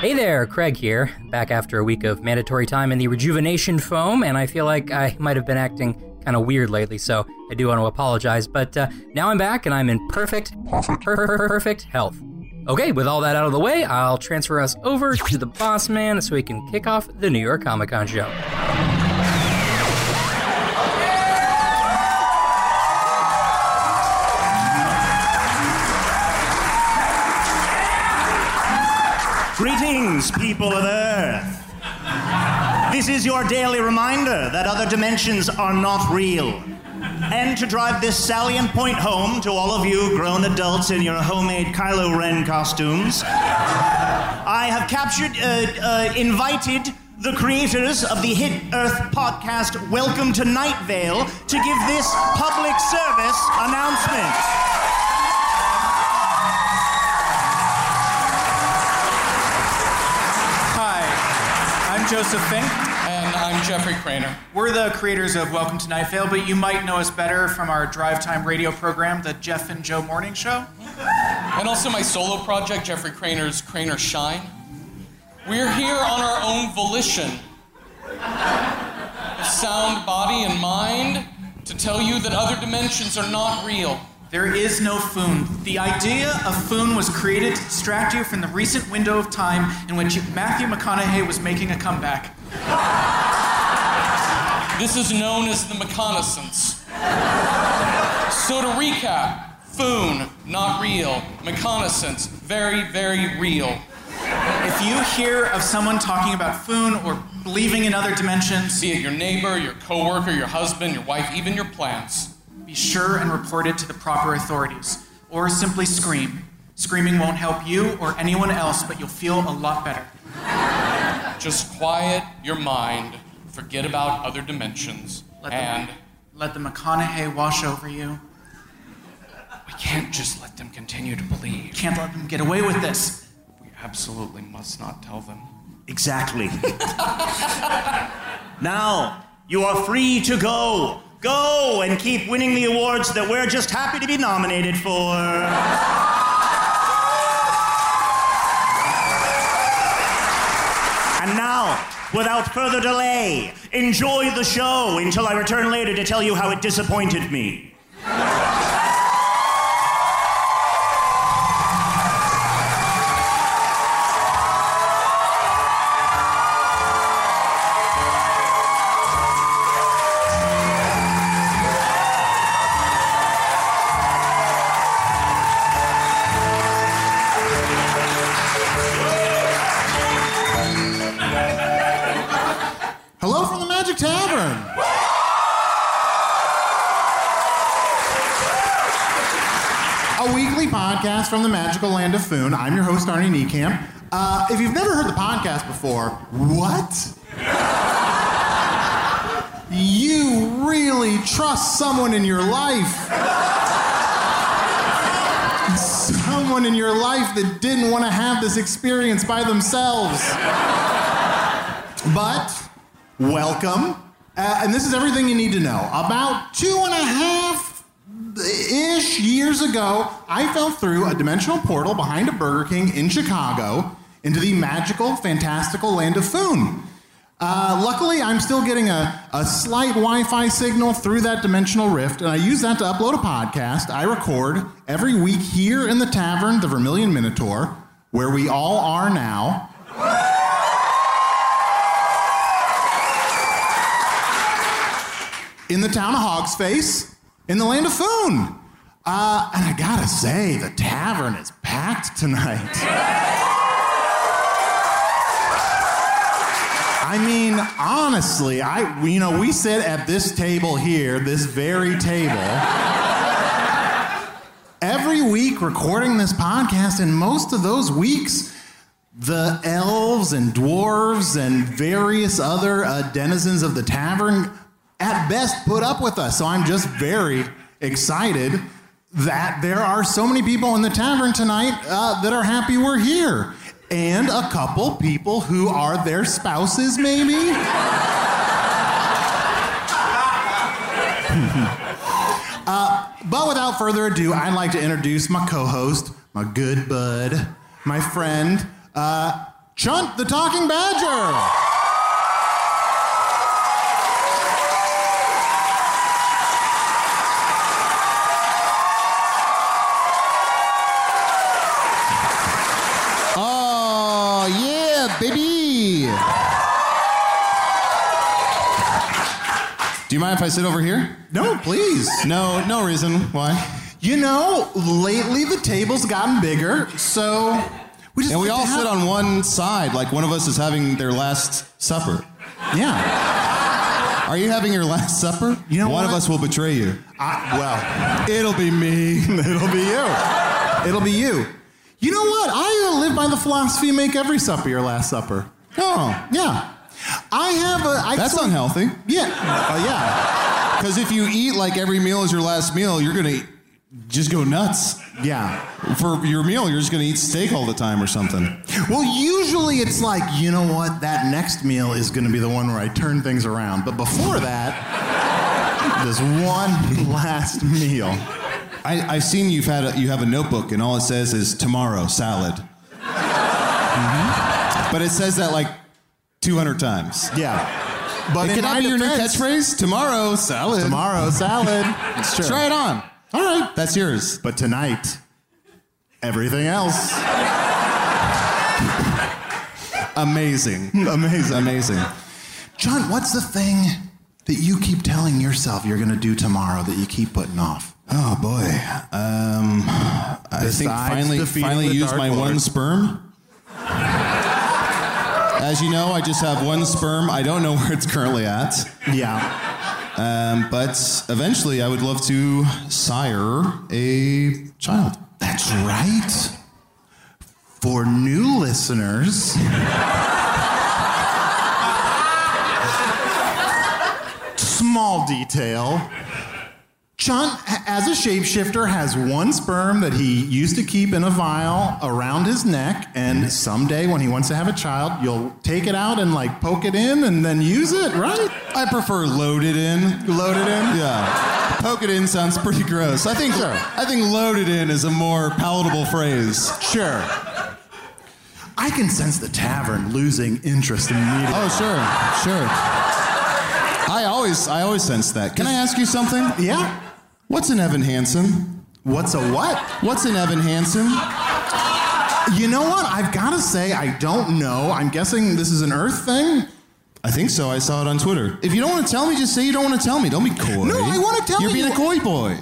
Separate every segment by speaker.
Speaker 1: Hey there, Craig here, back after a week of mandatory time in the rejuvenation foam, and I feel like I might have been acting kind of weird lately, so I do want to apologize. But uh, now I'm back and I'm in perfect, perfect, perfect health. Okay, with all that out of the way, I'll transfer us over to the boss man so we can kick off the New York Comic Con show.
Speaker 2: Greetings, people of Earth. This is your daily reminder that other dimensions are not real. And to drive this salient point home to all of you grown adults in your homemade Kylo Ren costumes, I have captured, uh, uh, invited the creators of the hit Earth podcast Welcome to Night Vale to give this public service announcement.
Speaker 3: Hi, I'm Joseph Fink. And I'm Jeffrey Craner. We're the creators of Welcome to Night Vale, but you might know us better from our drive time radio program, the Jeff and Joe Morning Show. And also my solo project, Jeffrey Craner's Craner Shine. We're here on our own volition, of sound body and mind, to tell you that other dimensions are not real. There is no Foon. The idea of Foon was created to distract you from the recent window of time in which Matthew McConaughey was making a comeback. This is known as the McConaissance. so to recap, Foon, not real. McConaissance, very, very real. If you hear of someone talking about Foon or believing in other dimensions, be it your neighbor, your coworker, your husband, your wife, even your plants, be sure and report it to the proper authorities, or simply scream. Screaming won't help you or anyone else, but you'll feel a lot better. Just quiet your mind, forget about other dimensions, and let the McConaughey wash over you. We can't just let them continue to believe. Can't let them get away with this. We absolutely must not tell them.
Speaker 2: Exactly. now, you are free to go. Go and keep winning the awards that we're just happy to be nominated for. and now, without further delay, enjoy the show until I return later to tell you how it disappointed me.
Speaker 4: Hello from the Magic Tavern. A weekly podcast from the magical land of Foon. I'm your host, Arnie Niekamp. Uh, if you've never heard the podcast before, what? you really trust someone in your life. Someone in your life that didn't want to have this experience by themselves. But welcome. Uh, and this is everything you need to know. About two and a half ish years ago, I fell through a dimensional portal behind a Burger King in Chicago into the magical, fantastical land of Foon. Uh, luckily, I'm still getting a, a slight Wi Fi signal through that dimensional rift, and I use that to upload a podcast I record every week here in the tavern, the Vermilion Minotaur, where we all are now. in the town of Hog's Face, in the land of Foon. Uh, and I gotta say, the tavern is packed tonight. I mean, honestly, I you know we sit at this table here, this very table. Every week recording this podcast, and most of those weeks, the elves and dwarves and various other uh, denizens of the tavern at best put up with us. So I'm just very excited that there are so many people in the tavern tonight uh, that are happy we're here. And a couple people who are their spouses, maybe. Hmm. Uh, But without further ado, I'd like to introduce my co host, my good bud, my friend, uh, Chunt the Talking Badger. Oh, yeah, baby.
Speaker 5: Do you mind if I sit over here?
Speaker 4: No, please.
Speaker 5: No, no reason. Why?
Speaker 4: You know, lately the table's gotten bigger, so we just
Speaker 5: And we
Speaker 4: like
Speaker 5: all
Speaker 4: to have-
Speaker 5: sit on one side, like one of us is having their last supper.
Speaker 4: Yeah.
Speaker 5: Are you having your last supper?
Speaker 4: You know
Speaker 5: one of
Speaker 4: what?
Speaker 5: us will betray you.
Speaker 4: I, well,
Speaker 5: It'll be me.
Speaker 4: it'll be you. It'll be you. You know what? I uh, live by the philosophy: make every supper your last supper.
Speaker 5: Oh,
Speaker 4: Yeah. I have a. I
Speaker 5: that's
Speaker 4: sort-
Speaker 5: unhealthy.
Speaker 4: Yeah. Uh, yeah.
Speaker 5: Because if you eat like every meal is your last meal, you're gonna just go nuts.
Speaker 4: Yeah.
Speaker 5: For your meal, you're just gonna eat steak all the time or something.
Speaker 4: Well, usually it's like, you know what, that next meal is going to be the one where I turn things around. But before that, this one last meal.
Speaker 5: I, I've seen you've had a, you have a notebook and all it says is tomorrow salad. Mhm. But it says that like 200 times.
Speaker 4: Yeah. But
Speaker 5: Can
Speaker 4: in
Speaker 5: I
Speaker 4: my
Speaker 5: be your new
Speaker 4: defense-
Speaker 5: catchphrase? Tomorrow salad.
Speaker 4: Tomorrow, salad. It's true.
Speaker 5: Try it on.
Speaker 4: All right.
Speaker 5: That's yours.
Speaker 4: But tonight, everything else.
Speaker 5: Amazing.
Speaker 4: Amazing.
Speaker 5: Amazing.
Speaker 4: John, what's the thing that you keep telling yourself you're going to do tomorrow that you keep putting off?
Speaker 5: Oh boy. Um, I think
Speaker 4: Besides
Speaker 5: finally,
Speaker 4: defeating
Speaker 5: finally
Speaker 4: the
Speaker 5: used
Speaker 4: Dark
Speaker 5: my
Speaker 4: Lord.
Speaker 5: one sperm. As you know, I just have one sperm. I don't know where it's currently at,
Speaker 4: Yeah.
Speaker 5: um, but eventually, I would love to sire a child.
Speaker 4: That's right. For new listeners, small detail. John, a- as a shapeshifter, has one sperm that he used to keep in a vial around his neck, and someday when he wants to have a child, you'll take it out and like poke it in and then use it, right?
Speaker 5: I prefer loaded in.
Speaker 4: Load it in.
Speaker 5: Yeah, poke it in sounds pretty gross. I think
Speaker 4: Sure.
Speaker 5: I think loaded in is a more palatable phrase.
Speaker 4: Sure. I can sense the tavern losing interest immediately.
Speaker 5: Oh sure, sure. I always I always sense that. Can I ask you something?
Speaker 4: yeah?
Speaker 5: What's an Evan Hansen?
Speaker 4: What's a what?
Speaker 5: What's an Evan Hansen?
Speaker 4: You know what? I've got to say, I don't know. I'm guessing this is an Earth thing.
Speaker 5: I think so. I saw it on Twitter. If you don't want to tell me, just say you don't want to tell me. Don't be coy.
Speaker 4: No, I wanna tell
Speaker 5: You're
Speaker 4: you.
Speaker 5: being a coy boy.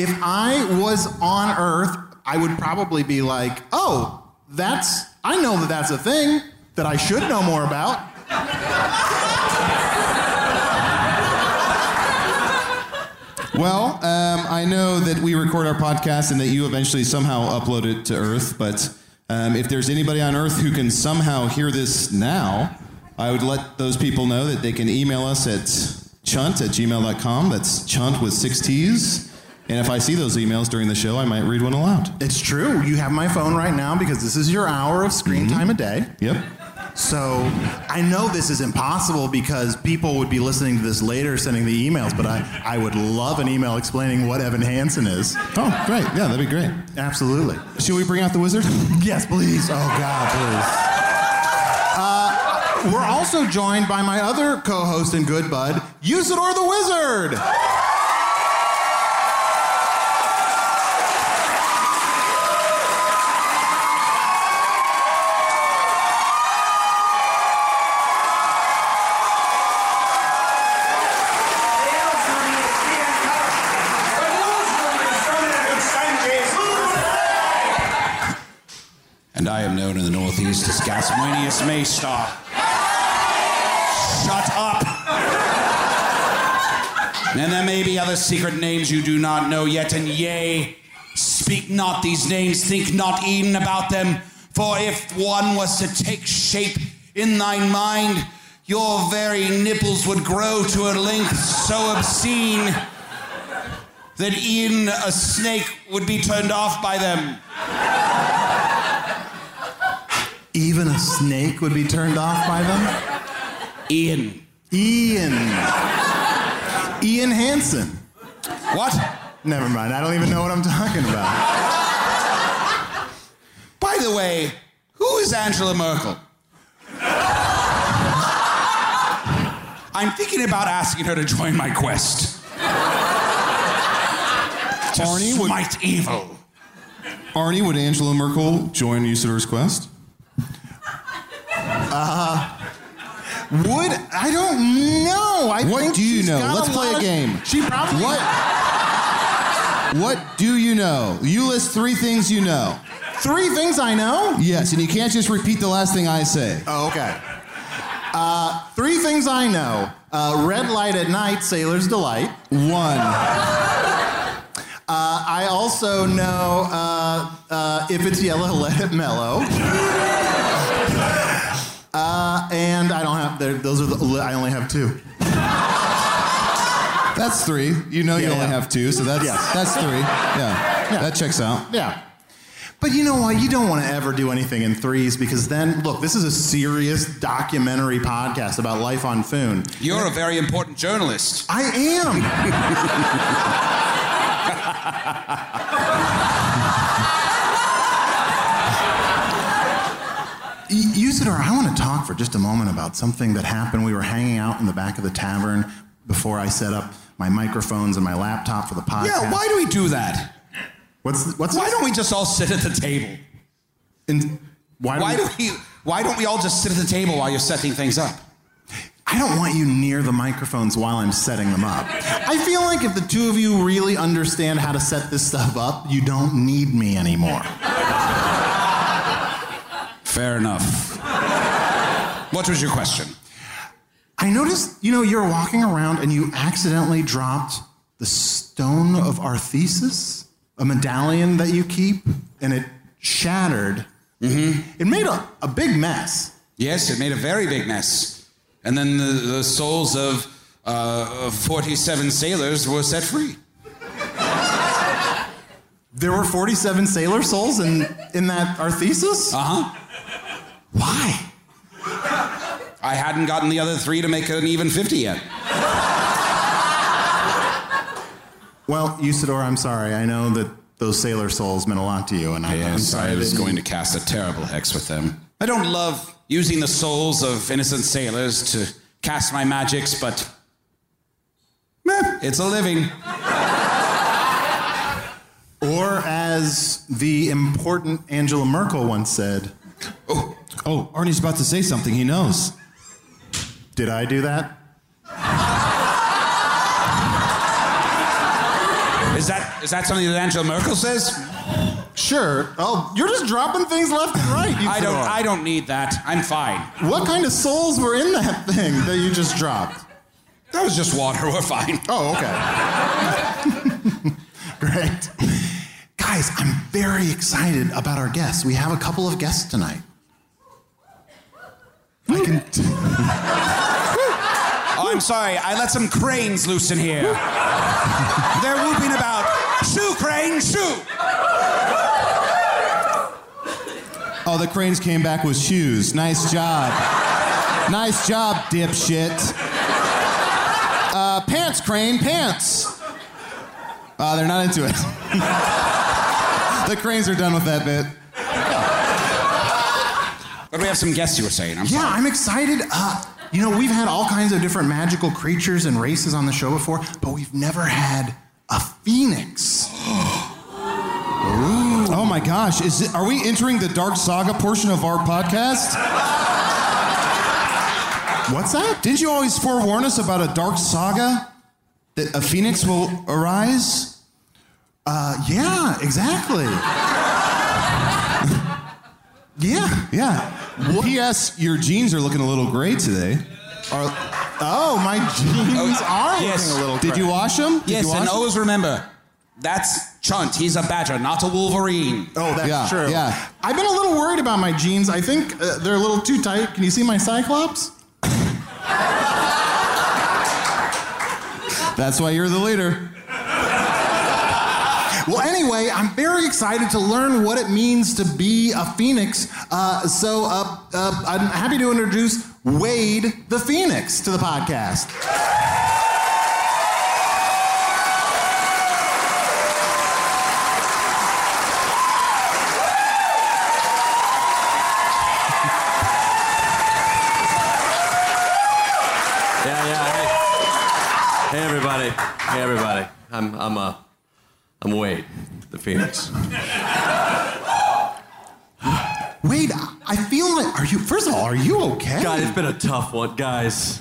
Speaker 4: If I was on Earth, I would probably be like, oh, that's, I know that that's a thing that I should know more about.
Speaker 5: Well, um, I know that we record our podcast and that you eventually somehow upload it to Earth. But um, if there's anybody on Earth who can somehow hear this now, I would let those people know that they can email us at chunt at gmail.com. That's chunt with six T's. And if I see those emails during the show, I might read one aloud.
Speaker 4: It's true. You have my phone right now because this is your hour of screen time a day.
Speaker 5: Mm-hmm. Yep.
Speaker 4: So I know this is impossible because people would be listening to this later, sending the emails, but I, I would love an email explaining what Evan Hansen is.
Speaker 5: Oh, great. Yeah, that'd be great.
Speaker 4: Absolutely.
Speaker 5: Should we bring out the wizard?
Speaker 4: Yes, please. Oh, God, please. Uh, we're also joined by my other co host and good bud, Usador the Wizard.
Speaker 6: And I am known in the Northeast as Gasminius Maystar. Shut up! And there may be other secret names you do not know yet, and yea, speak not these names, think not even about them, for if one was to take shape in thine mind, your very nipples would grow to a length so obscene that even a snake would be turned off by them.
Speaker 4: Even a snake would be turned off by them?
Speaker 6: Ian.
Speaker 4: Ian. Ian Hansen.
Speaker 6: What?
Speaker 4: Never mind. I don't even know what I'm talking about.
Speaker 6: By the way, who is Angela Merkel? I'm thinking about asking her to join my quest. to
Speaker 5: Barney would-
Speaker 6: smite evil.
Speaker 5: Arnie, would Angela Merkel join Usador's quest?
Speaker 4: Would uh, I don't know. I
Speaker 5: What
Speaker 4: think
Speaker 5: do you
Speaker 4: she's
Speaker 5: know?
Speaker 4: got
Speaker 5: Let's play
Speaker 4: lot
Speaker 5: a
Speaker 4: of-
Speaker 5: game.
Speaker 4: She probably
Speaker 5: What? What do you know? You list three things you know.
Speaker 4: three things I know.
Speaker 5: Yes, and you can't just repeat the last thing I say.
Speaker 4: Oh, okay. Uh, three things I know. Uh, red light at night, sailor's delight.
Speaker 5: One.
Speaker 4: Uh, I also know uh, uh, if it's yellow, let it mellow. Uh, and I don't have there, those are the, I only have two.
Speaker 5: That's three. You know you
Speaker 4: Yeah,
Speaker 5: only
Speaker 4: yeah.
Speaker 5: have two, so that's
Speaker 4: Yes.
Speaker 5: that's three. Yeah.
Speaker 4: Yeah.
Speaker 5: That checks out.
Speaker 4: Yeah. But you know what? You don't want to ever do anything in threes because then, look, this is a serious documentary podcast about life on Foon.
Speaker 6: You're a very important journalist.
Speaker 4: I am. Y- Usador, I want to talk for just a moment about something that happened. We were hanging out in the back of the tavern before I set up my microphones and my laptop for the podcast.
Speaker 6: Yeah, why do we do that?
Speaker 4: What's what's
Speaker 6: Why don't we just all sit at the table?
Speaker 4: And why,
Speaker 6: Why do we why don't we all just sit at the table while you're setting things up?
Speaker 4: I don't want you near the microphones while I'm setting them up. I feel like if the two of you really understand how to set this stuff up, you don't need me anymore.
Speaker 6: Fair enough. what was your question?
Speaker 4: I noticed, you know, you're walking around and you accidentally dropped the stone of our thesis, a medallion that you keep, and it shattered.
Speaker 6: Mm-hmm.
Speaker 4: It made a, a big mess.
Speaker 6: Yes, it made a very big mess. And then the, the souls of uh, of 47 sailors were set free.
Speaker 4: There were 47 sailor souls in, in that our thesis?
Speaker 6: Uh huh.
Speaker 4: Why?
Speaker 6: I hadn't gotten the other three to make an even 50 yet.
Speaker 4: Well, Usador, I'm sorry. I know that those sailor souls meant a lot to you, and I, I'm
Speaker 6: Yes,
Speaker 4: sorry
Speaker 6: I was
Speaker 4: that
Speaker 6: going to cast a terrible hex with them. I don't love using the souls of innocent sailors to cast my magics, but meh, it's a living.
Speaker 4: Or as the important Angela Merkel once said,
Speaker 5: Oh, Arnie's about to say something. He knows.
Speaker 4: "Did I do that?"
Speaker 6: Is that is that something that Angela Merkel says?
Speaker 4: Sure. Oh, you're just dropping things left and right. You
Speaker 6: I don't.
Speaker 4: throw.
Speaker 6: I don't need that. I'm fine.
Speaker 4: What kind of souls were in that thing that you just dropped?
Speaker 6: That was just water. We're fine.
Speaker 4: Oh, okay. Great. Guys, I'm very excited about our guests. We have a couple of guests tonight. I can.
Speaker 6: Oh, I'm sorry. I let some cranes loose in here. They're whooping about. Shoo, crane, shoo.
Speaker 5: Oh, the cranes came back with shoes. Nice job. nice job, dipshit. Uh, pants, crane, pants. Uh, they're not into it. the cranes are done with that bit.
Speaker 6: But we have some guests you were saying. I'm
Speaker 4: Yeah,
Speaker 6: sorry.
Speaker 4: I'm excited. Uh, you know, we've had all kinds of different magical creatures and races on the show before, but we've never had a phoenix.
Speaker 5: Oh my gosh, is it, are we entering the dark saga portion of our podcast?
Speaker 4: What's that?
Speaker 5: Didn't you always forewarn us about a dark saga? That a phoenix will arise?
Speaker 4: Uh, yeah, exactly. yeah.
Speaker 5: Yeah. P.S. Your jeans are looking a little gray today.
Speaker 4: Oh, my jeans are
Speaker 6: yes.
Speaker 4: looking a little.
Speaker 5: Did you wash them? Did
Speaker 6: yes,
Speaker 5: you wash
Speaker 6: and
Speaker 5: 'em?
Speaker 6: always remember, that's Chunt. He's a badger, not a wolverine.
Speaker 4: Oh, that's
Speaker 5: Yeah,
Speaker 4: true.
Speaker 5: yeah.
Speaker 4: I've been a little worried about my jeans. I think uh, they're a little too tight. Can you see my Cyclops?
Speaker 5: That's why you're the leader.
Speaker 4: Well, anyway, I'm very excited to learn what it means to be a phoenix. Uh, so uh, uh, I'm happy to introduce Wade the Phoenix to the podcast.
Speaker 7: Yeah, yeah. Hey, hey everybody. Hey, everybody. I'm, I'm, uh, I'm Wade, the Phoenix.
Speaker 4: Wade, I- I feel like are you? First of all, are you okay?
Speaker 7: God, it's been a tough one, guys.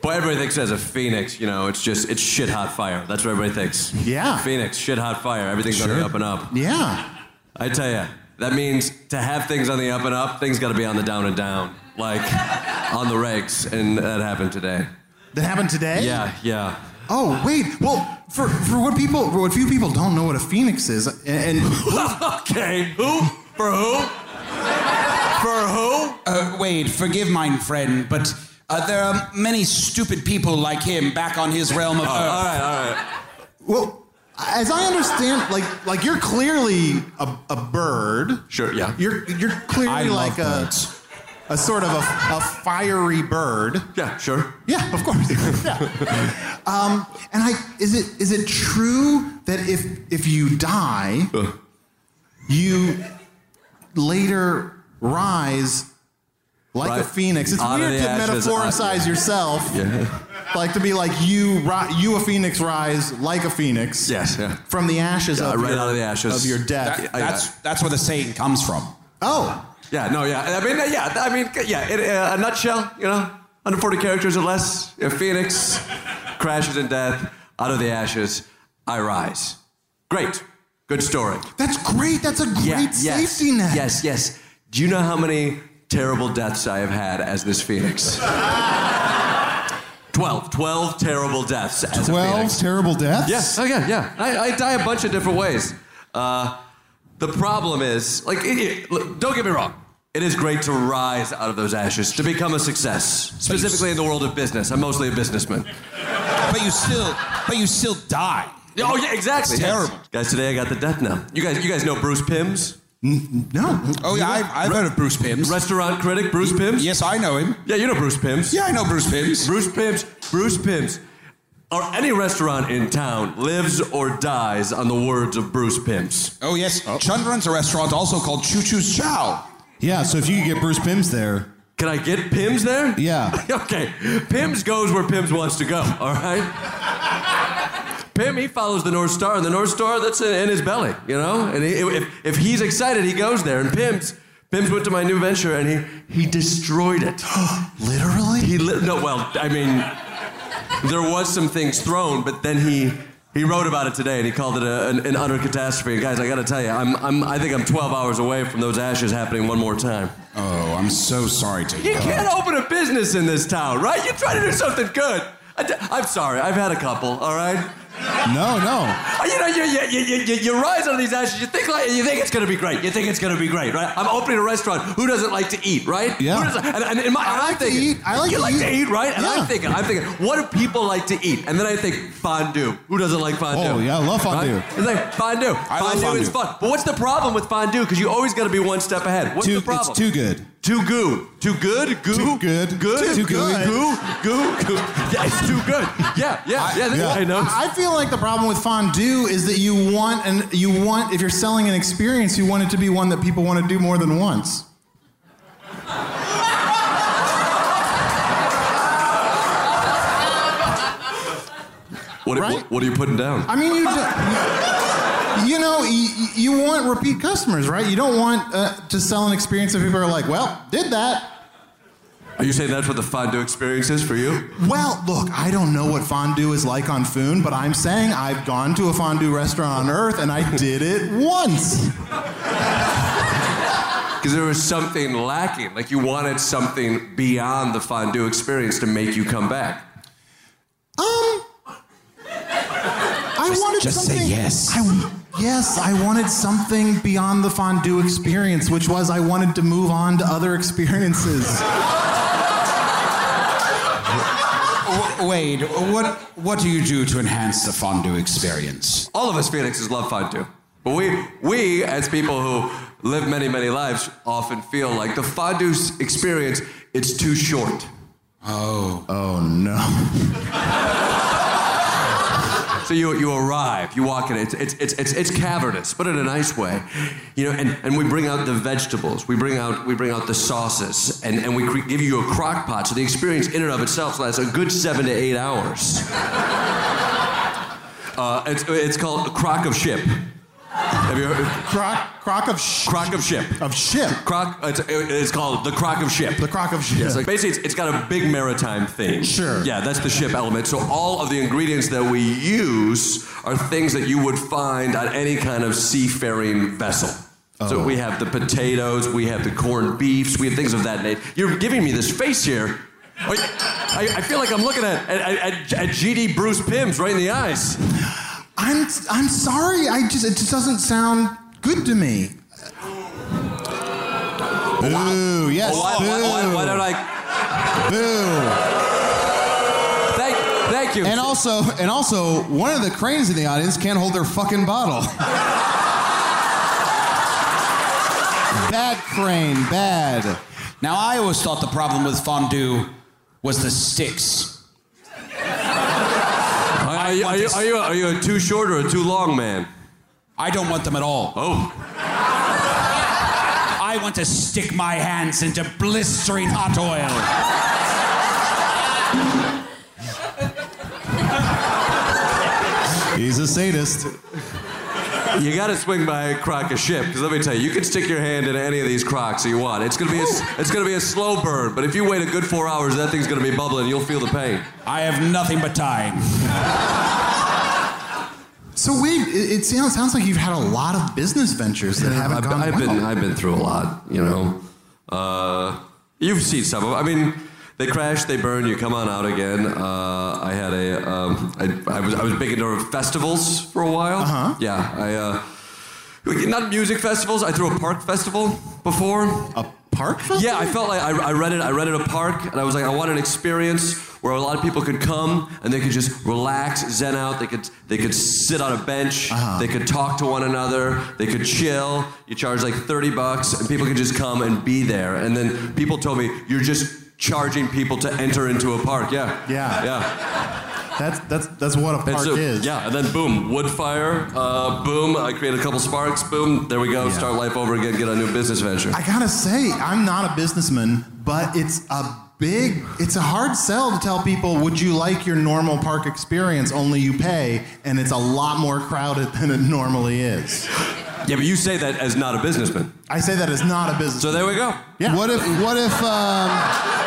Speaker 7: Boy, everybody thinks as a phoenix, you know, it's just, it's shit hot fire. That's what everybody thinks.
Speaker 4: Yeah.
Speaker 7: Phoenix, shit hot fire. Everything's on the up and up.
Speaker 4: Yeah.
Speaker 7: I tell you, that means to have things on the up and up, things got to be on the down and down, like on the regs, and that happened today.
Speaker 4: That happened today.
Speaker 7: Yeah, yeah.
Speaker 4: Oh, wait. Well, for for what people, for what few people don't know what a phoenix is, and, and
Speaker 7: okay, who? For who? For who?
Speaker 6: Uh, Wade, forgive mine friend, but uh, there are many stupid people like him back on his realm of earth.
Speaker 7: All right, all right.
Speaker 4: well, as I understand, like like you're clearly a, a bird.
Speaker 7: Sure, yeah.
Speaker 4: You're you're clearly
Speaker 6: I love
Speaker 4: like a
Speaker 6: birds.
Speaker 4: a sort of a, a fiery bird.
Speaker 7: Yeah, sure.
Speaker 4: Yeah, of course. yeah. Um, and I is it is it true that if if you die, you later rise like a
Speaker 7: Right.
Speaker 4: phoenix? It's
Speaker 7: Out of
Speaker 4: weird
Speaker 7: the
Speaker 4: to
Speaker 7: ashes, uh,
Speaker 4: metaphoricize
Speaker 7: out-
Speaker 4: yourself. Like to be like you, ri- you a phoenix rise like a phoenix.
Speaker 7: Yes, yeah.
Speaker 4: From the ashes
Speaker 7: Yeah,
Speaker 4: of
Speaker 7: right
Speaker 4: your,
Speaker 7: out of the ashes.
Speaker 4: of your death.
Speaker 6: That-
Speaker 7: I-
Speaker 6: that's, that's where the saying comes from.
Speaker 4: oh,
Speaker 7: Yeah, no, yeah. I mean, yeah, I mean, yeah, in uh, a nutshell, you know, under 40 characters or less, a phoenix crashes in death, out of the ashes, I rise. Great. Good story.
Speaker 4: that's great. That's a great
Speaker 7: Yeah, yes,
Speaker 4: safety net.
Speaker 7: Yes, yes. Do you know how many terrible deaths I have had as this phoenix? 12. 12 terrible deaths as a
Speaker 5: 12
Speaker 7: phoenix.
Speaker 5: terrible deaths?
Speaker 7: Yes. Oh, yeah, yeah. I, I die a bunch of different ways. Uh, the problem is, like, it, it- look, don't get me wrong. It is great to rise out of those ashes, to become a success, specifically in the world of business. I'm mostly a businessman.
Speaker 6: But you still, but you still die.
Speaker 7: Oh, yeah, exactly.
Speaker 6: It's
Speaker 7: yes.
Speaker 6: terrible.
Speaker 7: Guys, today I got the death knell. You guys, you guys know Bruce Pims?
Speaker 4: No.
Speaker 6: Oh yeah, I've, I've heard of Bruce Pimms.
Speaker 7: Restaurant critic Bruce Pims?
Speaker 6: yes, I know him.
Speaker 7: Yeah, you know Bruce Pims.
Speaker 6: Yeah, I know Bruce Pimms.
Speaker 7: Bruce Pimps, Bruce Pimps, or any restaurant in town lives or dies on the words of Bruce Pimps.
Speaker 6: Oh yes, Chun runs a restaurant also called Choo Choo's Chow.
Speaker 5: Yeah, so if you could get Bruce Pimms there.
Speaker 7: Can I get Pims there?
Speaker 5: Yeah.
Speaker 7: okay. Pims goes where Pims wants to go, all right? Pim, he follows the North Star, and the North Star, that's in, in his belly, you know? And he, if, if he's excited, he goes there. And Pims, Pims went to my new venture, and he, he destroyed it.
Speaker 4: Literally.
Speaker 7: He li- no, well, I mean, there was some things thrown, but then he he wrote about it today, and he called it a, an, an utter catastrophe. And guys, I got to tell you, I'm, I'm I think I'm 12 hours away from those ashes happening one more time.
Speaker 6: Oh, I'm so sorry to
Speaker 7: You can't open a business in this town, right? You try to do something good. I d- I'm sorry, I've had a couple. All right,
Speaker 5: No, no.
Speaker 7: You know, you, you, you, you, you rise on these ashes. You think like you think it's gonna be great. You think it's gonna be great, right? I'm opening a restaurant. Who doesn't like to eat, right?
Speaker 5: Yeah.
Speaker 7: Who doesn't, and, and in my, I
Speaker 4: like
Speaker 7: am
Speaker 4: to
Speaker 7: thinking,
Speaker 4: eat. I like
Speaker 7: you
Speaker 4: to
Speaker 7: like to
Speaker 4: eat.
Speaker 7: eat, right? And
Speaker 4: Yeah.
Speaker 7: I'm thinking, I'm thinking, what do people like to eat? And then I think fondue. Who doesn't like fondue?
Speaker 5: Oh, yeah, I love fondue.
Speaker 7: Right? It's like fondue.
Speaker 6: I love
Speaker 7: fondue, is
Speaker 6: fondue.
Speaker 7: fun. But what's the problem with fondue? Because you always got to be one step ahead. What's
Speaker 5: Too,
Speaker 7: the problem?
Speaker 5: it's too good.
Speaker 7: Too goo. Too good? Goo?
Speaker 5: Too good.
Speaker 7: Good?
Speaker 5: Too
Speaker 7: goo?
Speaker 5: good.
Speaker 7: Goo? Goo? Goo? Yeah, it's too good. Yeah, yeah, yeah.
Speaker 5: yeah.
Speaker 7: I know.
Speaker 4: I I feel like the problem with fondue is that you want and you want if you're selling an experience, you want it to be one that people want to do more than once.
Speaker 7: What,
Speaker 4: Right?
Speaker 7: what, what are you putting down?
Speaker 4: I mean, you do, you know you, you want repeat customers, right? You don't want uh, to sell an experience that people are like, "Well, did that."
Speaker 7: Are you saying that's what the fondue experience is for you?
Speaker 4: Well, look, I don't know what fondue is like on Foon, but I'm saying I've gone to a fondue restaurant on Earth and I did it once.
Speaker 7: Because there was something lacking. Like you wanted something beyond the fondue experience to make you come back.
Speaker 4: Um, I wanted
Speaker 6: just say
Speaker 4: something.
Speaker 6: yes.
Speaker 4: I, yes, I wanted something beyond the fondue experience, which was I wanted to move on to other experiences.
Speaker 6: W- Wade, what what do you do to enhance the fondue experience?
Speaker 7: All of us Phoenixes love fondue. But we, we as people who live many, many lives, often feel like the fondue s- experience, it's too short.
Speaker 4: Oh no!
Speaker 7: So you, you arrive, you walk in, it's, it's, it's, it's, it's cavernous, but in a nice way. You know, and, and we bring out the vegetables, we bring out, we bring out the sauces, and, and we cre- give you a crock pot. So the experience in and of itself lasts a good seven to eight hours. Uh, it's, it's called a crock of ship. Have you heard?
Speaker 4: Crock, crock of sh-
Speaker 7: Crock of ship.
Speaker 4: of shit.
Speaker 7: Crock, it's, it's called the crock of ship.
Speaker 4: The crock of shit.
Speaker 7: It's like basically, it's, it's got a big maritime theme.
Speaker 4: Sure.
Speaker 7: Yeah, that's the ship element. So all of the ingredients that we use are things that you would find on any kind of seafaring vessel.
Speaker 4: Oh.
Speaker 7: So we have the potatoes, we have the corned beefs, we have things of that nature. You're giving me this face here. I, I- I feel like I'm looking at, at, at, at GD Bruce Pimms right in the eyes.
Speaker 4: I'm I'm sorry. I just it just doesn't sound good to me.
Speaker 5: Boo. Yes.
Speaker 7: Oh, why,
Speaker 5: boo.
Speaker 7: why, why, why don't I?
Speaker 5: Boo.
Speaker 7: Thank, thank you.
Speaker 5: And also, and also, one of the cranes in the audience can't hold their fucking bottle. bad crane. Bad.
Speaker 6: Now, I always thought the problem with fondue was the sticks.
Speaker 7: are, are you, are, you, are, you a, are you a too short or a too long man?
Speaker 6: I don't want them at all.
Speaker 7: Oh.
Speaker 6: I want to stick my hands into blistering hot oil.
Speaker 5: He's a sadist.
Speaker 7: You got to swing by a crock of ship because let me tell you, you can stick your hand in any of these crocks you want. It's gonna be a, s- it's gonna be a slow burn, but if you wait a good four hours, that thing's gonna be bubbling. You'll feel the pain.
Speaker 6: I have nothing but time.
Speaker 4: So wait, it, it sounds sounds like you've had a lot of business ventures that haven't
Speaker 7: I've,
Speaker 4: gone
Speaker 7: I've
Speaker 4: well.
Speaker 7: been I've been through a lot, you know. Uh, you've seen some of. 'em. I mean, they crash, they burn, you come on out again. Uh, I had a um, I, I was I was big into festivals for a while. Uh-huh. Yeah, I. Uh, not music festivals. I threw a park festival before.
Speaker 4: a park festival.
Speaker 7: Yeah, I felt like I, I rented I rented a park, and I was like, I want an experience where a lot of people could come and they could just relax, zen out. They could they could sit on a bench,
Speaker 4: Uh-huh.
Speaker 7: they could talk to one another, they could chill. You charge like thirty bucks, and people could just come and be there. And then people told me you're just charging people to enter into a park. Yeah.
Speaker 4: Yeah.
Speaker 7: Yeah.
Speaker 4: That's that's that's what a
Speaker 7: And
Speaker 4: park
Speaker 7: so-
Speaker 4: is.
Speaker 7: Yeah, and then boom, wood fire, uh, boom, I create a couple sparks, boom, there we go, start life over again, get a new business venture.
Speaker 4: I gotta say, I'm not a businessman, but it's a big, it's a hard sell to tell people, would you like your normal park experience, only you pay, and it's a lot more crowded than it normally is.
Speaker 7: yeah, but you say that as not a businessman.
Speaker 4: I say that as not a business.
Speaker 7: So there we go.
Speaker 4: Yeah.
Speaker 5: What if? What if? Um,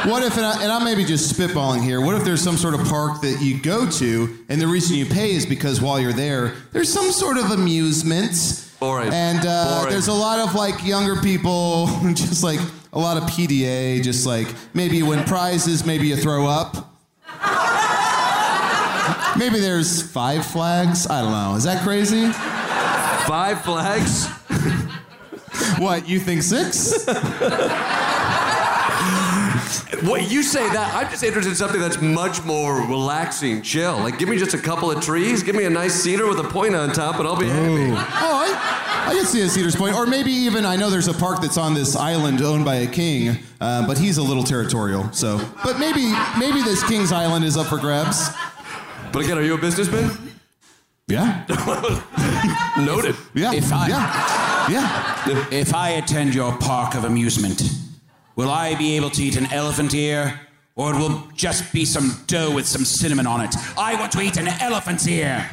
Speaker 5: what if? And I, and I may be just spitballing here. What if there's some sort of park that you go to, and the reason you pay is because while you're there, there's some sort of amusement.
Speaker 7: Boring.
Speaker 5: And uh,
Speaker 7: Boring.
Speaker 5: there's a lot of like younger people, just like a lot of PDA, just like maybe you win prizes, maybe you throw up. Maybe there's five flags. I don't know. Is that crazy?
Speaker 7: Five flags?
Speaker 5: what, you think six? Oh.
Speaker 7: What you say that? I'm just interested in something that's much more relaxing, chill. Like, give me just a couple of trees, give me a nice cedar with a point on top, and I'll be happy.
Speaker 5: Oh, I, I can see a Cedars Point. Or maybe even, I know there's a park that's on this island owned by a king, uh, but he's a little territorial, so. But maybe, maybe this king's island is up for grabs.
Speaker 7: But again, are you a businessman?
Speaker 5: Yeah.
Speaker 7: Noted.
Speaker 5: Yeah.
Speaker 6: If I-
Speaker 5: yeah. Yeah.
Speaker 6: If I attend your park of amusement, will I be able to eat an elephant ear? Or it will just be some dough with some cinnamon on it. I want to eat an elephant's ear.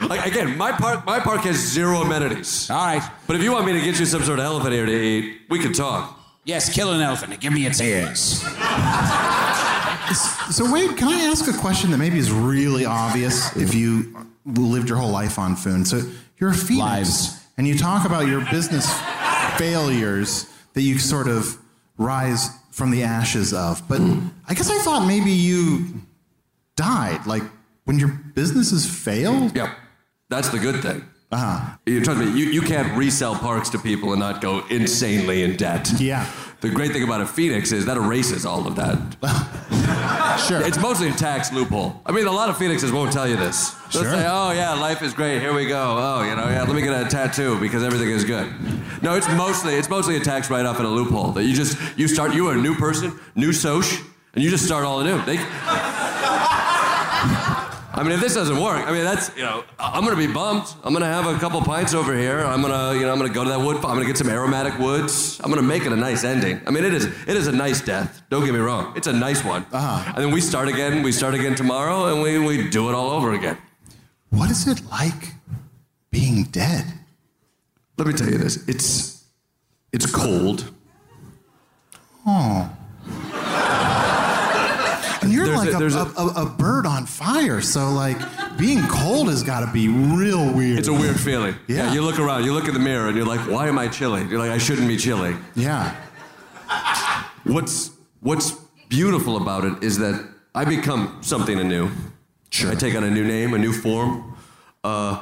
Speaker 7: Like again, my park, my park has zero amenities.
Speaker 6: All right.
Speaker 7: But if you want me to get you some sort of elephant ear to eat, we can talk.
Speaker 6: Yes, kill an elephant and give me its ears.
Speaker 4: So Wade, can I ask a question that maybe is really obvious if you lived your whole life on food? So you're a phoenix,
Speaker 5: Lives.
Speaker 4: and you talk about your business failures that you sort of rise from the ashes of. But I guess I thought maybe you died, like when your businesses Uh-huh. fail.
Speaker 7: Yep. That's the good thing. Uh huh. You trust me. You, you can't resell parks to people and not go insanely in debt.
Speaker 4: Yeah.
Speaker 7: The great thing about a phoenix is that erases all of that.
Speaker 4: Sure.
Speaker 7: It's mostly a tax loophole. I mean, a lot of Phoenixes won't tell you this. They'll
Speaker 4: Sure.
Speaker 7: say, oh, yeah, life is great. Here we go. Oh, you know, yeah, let me get a tattoo because everything is good. No, it's mostly, it's mostly a tax write-off and a loophole that you just, you start, you are a new person, new soch, and you just start all anew. They, I mean, if this doesn't work, I mean, that's, you know, I- I'm going to be bummed. I'm going to have a couple pints over here. I'm going to, you know, I'm going to go to that wood, I'm going to get some aromatic woods. I'm going to make it a nice ending. I mean, it is, it is a nice death. Don't get me wrong. It's a nice one. Uh-huh. And then we start again, we start again tomorrow, and we, we do it all over again.
Speaker 4: What is it like being dead?
Speaker 7: Let me tell you this. It's it's cold.
Speaker 4: And you're
Speaker 7: There's a-
Speaker 4: like a,
Speaker 7: there's
Speaker 4: a,
Speaker 7: a-
Speaker 4: a, a bird on fire, so like being cold has got to be real weird.
Speaker 7: It's a weird feeling.
Speaker 4: Yeah.
Speaker 7: You look around, you look in the mirror, and you're like, why am I chilly? You're like, I shouldn't be chilly.
Speaker 4: Yeah.
Speaker 7: What's what's beautiful about it is that I become something anew. Sure. I take on a new name, a new form. Uh,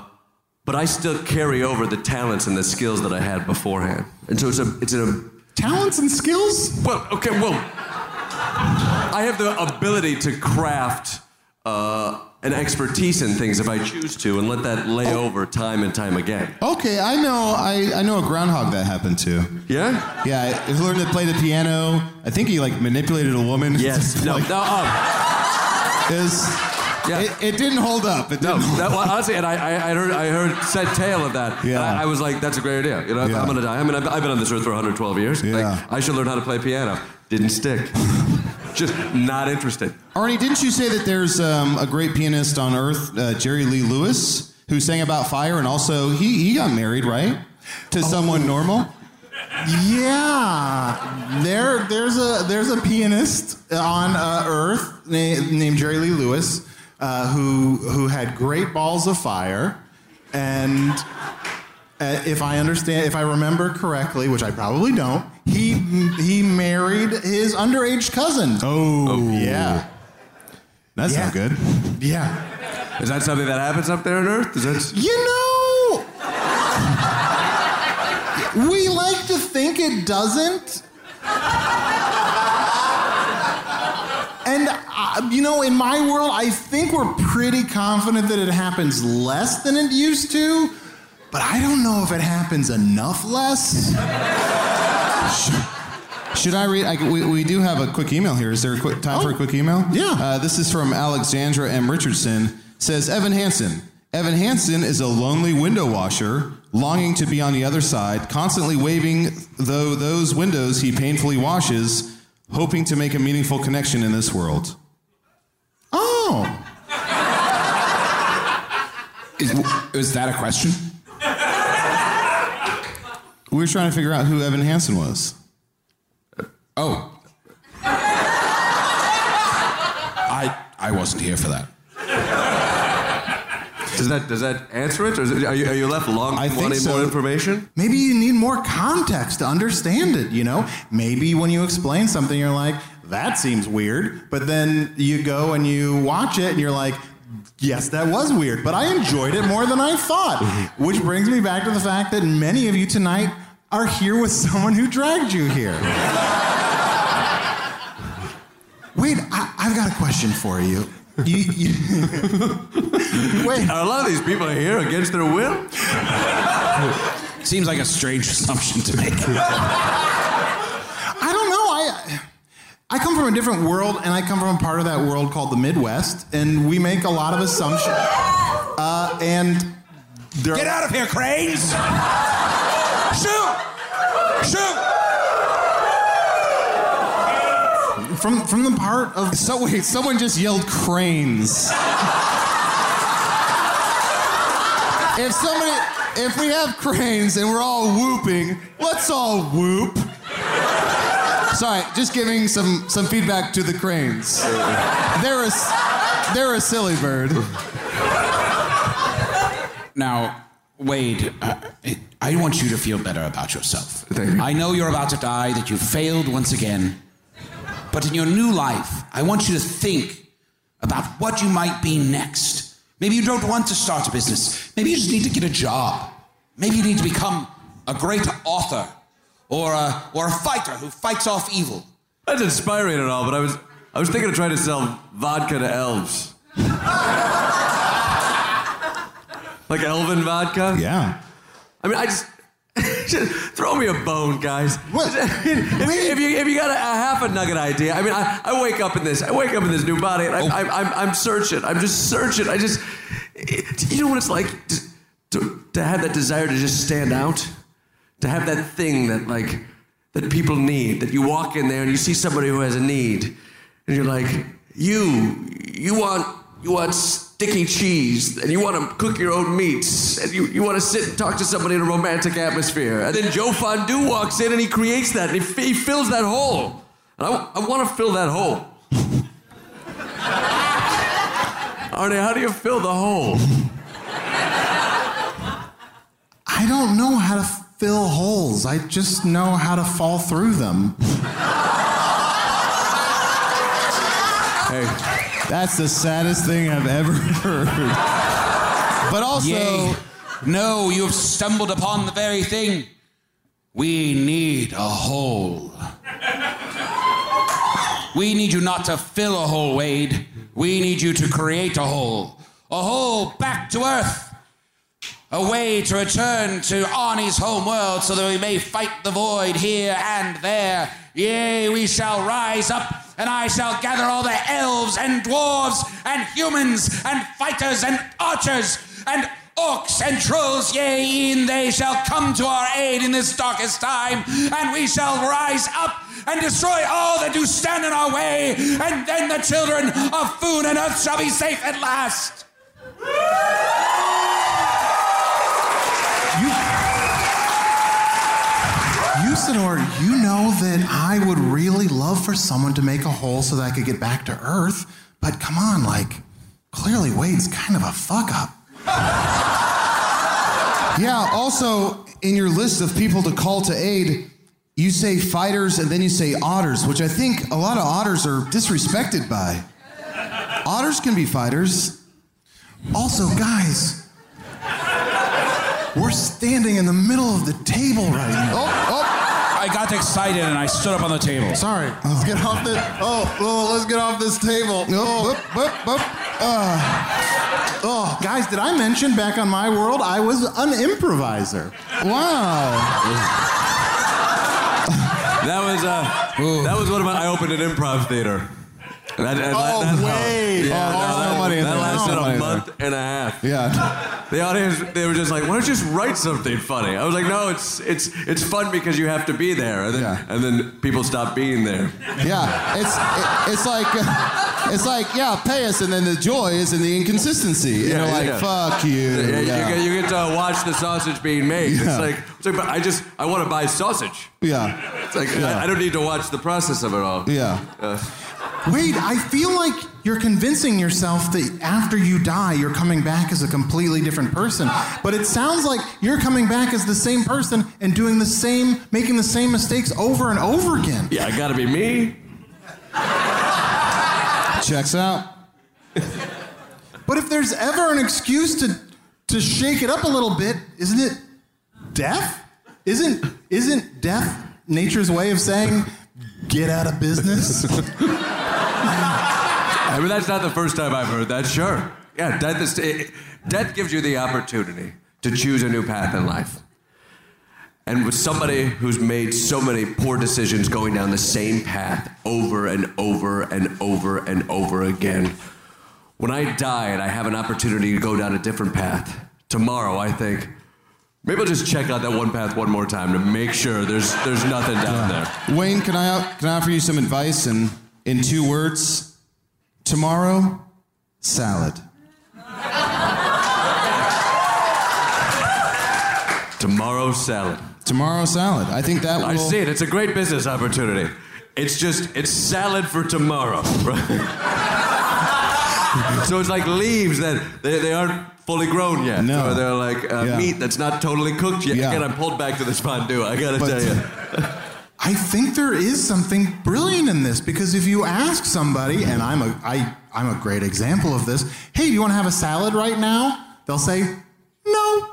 Speaker 7: but I still carry over the talents and the skills that I had beforehand. And so it's a it's a
Speaker 4: Talents and skills?
Speaker 7: Well, okay, well, I have the ability to craft uh, an expertise in things if I choose to and let that lay
Speaker 4: Oh.
Speaker 7: over time and time again.
Speaker 5: Okay, I know, I, I know a groundhog that happened to.
Speaker 7: Yeah?
Speaker 5: Yeah, he learned to play the piano. I think he like manipulated a woman.
Speaker 7: Yes. No,
Speaker 5: Like,
Speaker 7: no, um,
Speaker 5: it was-
Speaker 7: Yeah.
Speaker 5: it, it didn't hold up. It
Speaker 7: no.
Speaker 5: didn't hold
Speaker 7: That, well, honestly, and I, I, I heard, I heard said tale of that.
Speaker 5: Yeah.
Speaker 7: And I, I was like, that's a great idea. You know,
Speaker 5: Yeah.
Speaker 7: I'm gonna die. I mean, I've, I've been on this earth for 112 years. Like,
Speaker 5: Yeah.
Speaker 7: I should learn how to play piano. Didn't stick. Just not interested.
Speaker 5: Arnie, didn't you say that there's um, a great pianist on earth, uh, Jerry Lee Lewis, who sang about fire and also he, he got married, right? To someone normal?
Speaker 4: Yeah, there, there's a there's a pianist on uh, Earth na- named Jerry Lee Lewis uh, who who had great balls of fire, and uh, if I understand, if I remember correctly, which I probably don't, he he married his underage cousin.
Speaker 5: Oh,
Speaker 4: yeah,
Speaker 5: That's
Speaker 4: Yeah.
Speaker 5: not good.
Speaker 4: yeah.
Speaker 7: Is that something that happens up there on Earth? Is that?
Speaker 4: You know, we like to think it doesn't. And, uh, you know, in my world, I think we're pretty confident that it happens less than it used to, but I don't know if it happens enough less.
Speaker 5: Should I read? I, can- we, we do have a quick email here. Is there a quick time for a quick email?
Speaker 4: Oh, yeah.
Speaker 5: Uh, this is from Alexandra M. Richardson. Says Evan Hansen. Evan Hansen is a lonely window washer, longing to be on the other side, constantly waving though those windows he painfully washes, hoping to make a meaningful connection in this world.
Speaker 4: Oh,
Speaker 6: Is, is that a question?
Speaker 5: We were trying to figure out who Evan Hansen was.
Speaker 6: Oh. I, I wasn't here for that.
Speaker 7: Does that does that answer it, or is it, are, you, are you left long
Speaker 5: I think
Speaker 7: wanting
Speaker 5: so.
Speaker 7: more information?
Speaker 4: maybe you need more context to understand it, you know? Maybe when you explain something, you're like, that seems weird. But then you go and you watch it and you're like, yes, that was weird, but I enjoyed it more than I thought. Which brings me back to the fact that many of you tonight are here with someone who dragged you here. Wait, I, I've got a question for you. You, you wait.
Speaker 7: Are a lot of these people here against their will?
Speaker 6: Seems like a strange assumption to make.
Speaker 4: I don't know. I I come from a different world, and I come from a part of that world called the Midwest, and we make a lot of assumptions. Uh, and there
Speaker 6: Get out of here, cranes! Shoot! Shoot!
Speaker 4: from from the part of
Speaker 5: So wait, someone just yelled cranes. if somebody, if we have cranes and we're all whooping, let's all whoop. Sorry, just giving some some feedback to the cranes. They're a s- they're a silly bird.
Speaker 6: Now, Wade, uh, I want you to feel better about yourself.
Speaker 5: Thank you.
Speaker 6: I know you're about to die, that you failed once again. But in your new life, I want you to think about what you might be next. Maybe you don't want to start a business. Maybe you just need to get a job. Maybe you need to become a great author or a, or a fighter who fights off evil.
Speaker 7: That's inspiring and all, but I was I was thinking of trying to sell vodka to elves. like elven vodka?
Speaker 5: Yeah.
Speaker 7: I mean, I just, just throw me a bone, guys.
Speaker 4: What?
Speaker 7: I mean, if, if you if you got a, a half a nugget idea, I mean, I, I wake up in this, I wake up in this new body, and I, I, I'm I'm searching, I'm just searching. I just, it- you know what it's like to, to to have that desire to just stand out, to have that thing that like that people need. That you walk in there and you see somebody who has a need, and you're like, you you want you want sticky cheese, and you want to cook your own meats, and you, you want to sit and talk to somebody in a romantic atmosphere. And then Joe Fondue walks in and he creates that, and he, f- he fills that hole. And I, want to fill that hole. Arnie, how do you fill the hole?
Speaker 4: I don't know how to fill holes. I just know how to fall through them.
Speaker 5: That's the saddest thing I've ever heard. But also,
Speaker 6: Yay. No, you have stumbled upon the very thing. We need a hole. we need you not to fill a hole, Wade. We need you to create a hole. A hole back to Earth. A way to return to Arnie's home world so that we may fight the void here and there. Yea, we shall rise up, and I shall gather all the elves and dwarves and humans and fighters and archers and orcs and trolls. Yea, e'en they shall come to our aid in this darkest time, and we shall rise up and destroy all that do stand in our way, and then the children of food and earth shall be safe at last.
Speaker 4: You, you, Sonor, you know that I would really love for someone to make a hole so that I could get back to Earth, but come on, like, clearly Wade's kind of a fuck up.
Speaker 5: yeah. Also, in your list of people to call to aid, you say fighters and then you say otters, which I think a lot of otters are disrespected by. Otters can be fighters.
Speaker 4: Also, guys, we're standing in the middle of the table right now.
Speaker 5: Oh,
Speaker 6: I got excited and I stood up on the table.
Speaker 4: Sorry, let's get off the. Oh, oh, let's get off this table.
Speaker 5: oh, oh, oh, oh, oh.
Speaker 4: Uh, Oh, guys, did I mention back on my world I was an improviser?
Speaker 5: Wow.
Speaker 7: That was uh, that was one of my. I opened an improv theater. And I- I-
Speaker 5: Oh,
Speaker 7: that's how-
Speaker 5: wait.
Speaker 7: Yeah,
Speaker 5: Oh, there's
Speaker 7: no,
Speaker 5: no
Speaker 7: that,
Speaker 5: money in
Speaker 7: that
Speaker 5: there.
Speaker 7: lasted
Speaker 5: No money
Speaker 7: a
Speaker 5: in
Speaker 7: month and a half.
Speaker 5: Yeah.
Speaker 7: The audience, they were just like, "Why don't you just write something funny?" I was like, "No, it's it's it's fun because you have to be there." And then
Speaker 5: Yeah.
Speaker 7: and then people stop being there.
Speaker 5: Yeah. It's it, it's like uh, it's like yeah, pay us, and then the joy is in the inconsistency. And
Speaker 7: Yeah,
Speaker 5: you're like,
Speaker 7: yeah.
Speaker 5: fuck you.
Speaker 7: Yeah, you,
Speaker 5: Yeah.
Speaker 7: get, you get to watch the sausage being made.
Speaker 5: Yeah.
Speaker 7: It's, like, it's like, but I just I want to buy sausage.
Speaker 5: yeah.
Speaker 7: It's like I-
Speaker 5: Yeah.
Speaker 7: I, don't need to watch the process of it all. Uh,
Speaker 5: Yeah.
Speaker 4: Wade, I feel like you're convincing yourself that after you die, you're coming back as a completely different person. But it sounds like you're coming back as the same person and doing the same, making the same mistakes over and over again.
Speaker 7: Yeah, I gotta be me.
Speaker 5: Checks out.
Speaker 4: But if there's ever an excuse to to shake it up a little bit, isn't it death? Isn't isn't death nature's way of saying get out of business?
Speaker 7: I mean, that's not the first time I've heard that. Sure. Yeah, death is. It, death gives you the opportunity to choose a new path in life. And with somebody who's made so many poor decisions going down the same path over and over and over and over again, when I die and I have an opportunity to go down a different path tomorrow, I think maybe I'll just check out that one path one more time to make sure there's there's nothing down there.
Speaker 5: Wayne, can I can I offer you some advice in in two words? Tomorrow, salad.
Speaker 7: Tomorrow salad.
Speaker 5: Tomorrow, salad. I think that will.
Speaker 7: I see it. It's a great business opportunity. It's just it's salad for tomorrow, right? so it's like leaves that they, they aren't fully grown yet.
Speaker 5: No.
Speaker 7: Or they're like uh,
Speaker 5: Yeah.
Speaker 7: meat that's not totally cooked yet.
Speaker 5: Yeah.
Speaker 7: Again, I'm pulled back to this fondue. I gotta
Speaker 5: But-
Speaker 7: tell you.
Speaker 4: I think there is something brilliant in this because if you ask somebody, and I'm a I I'm a great example of this, hey, do you want to have a salad right now? They'll say, no.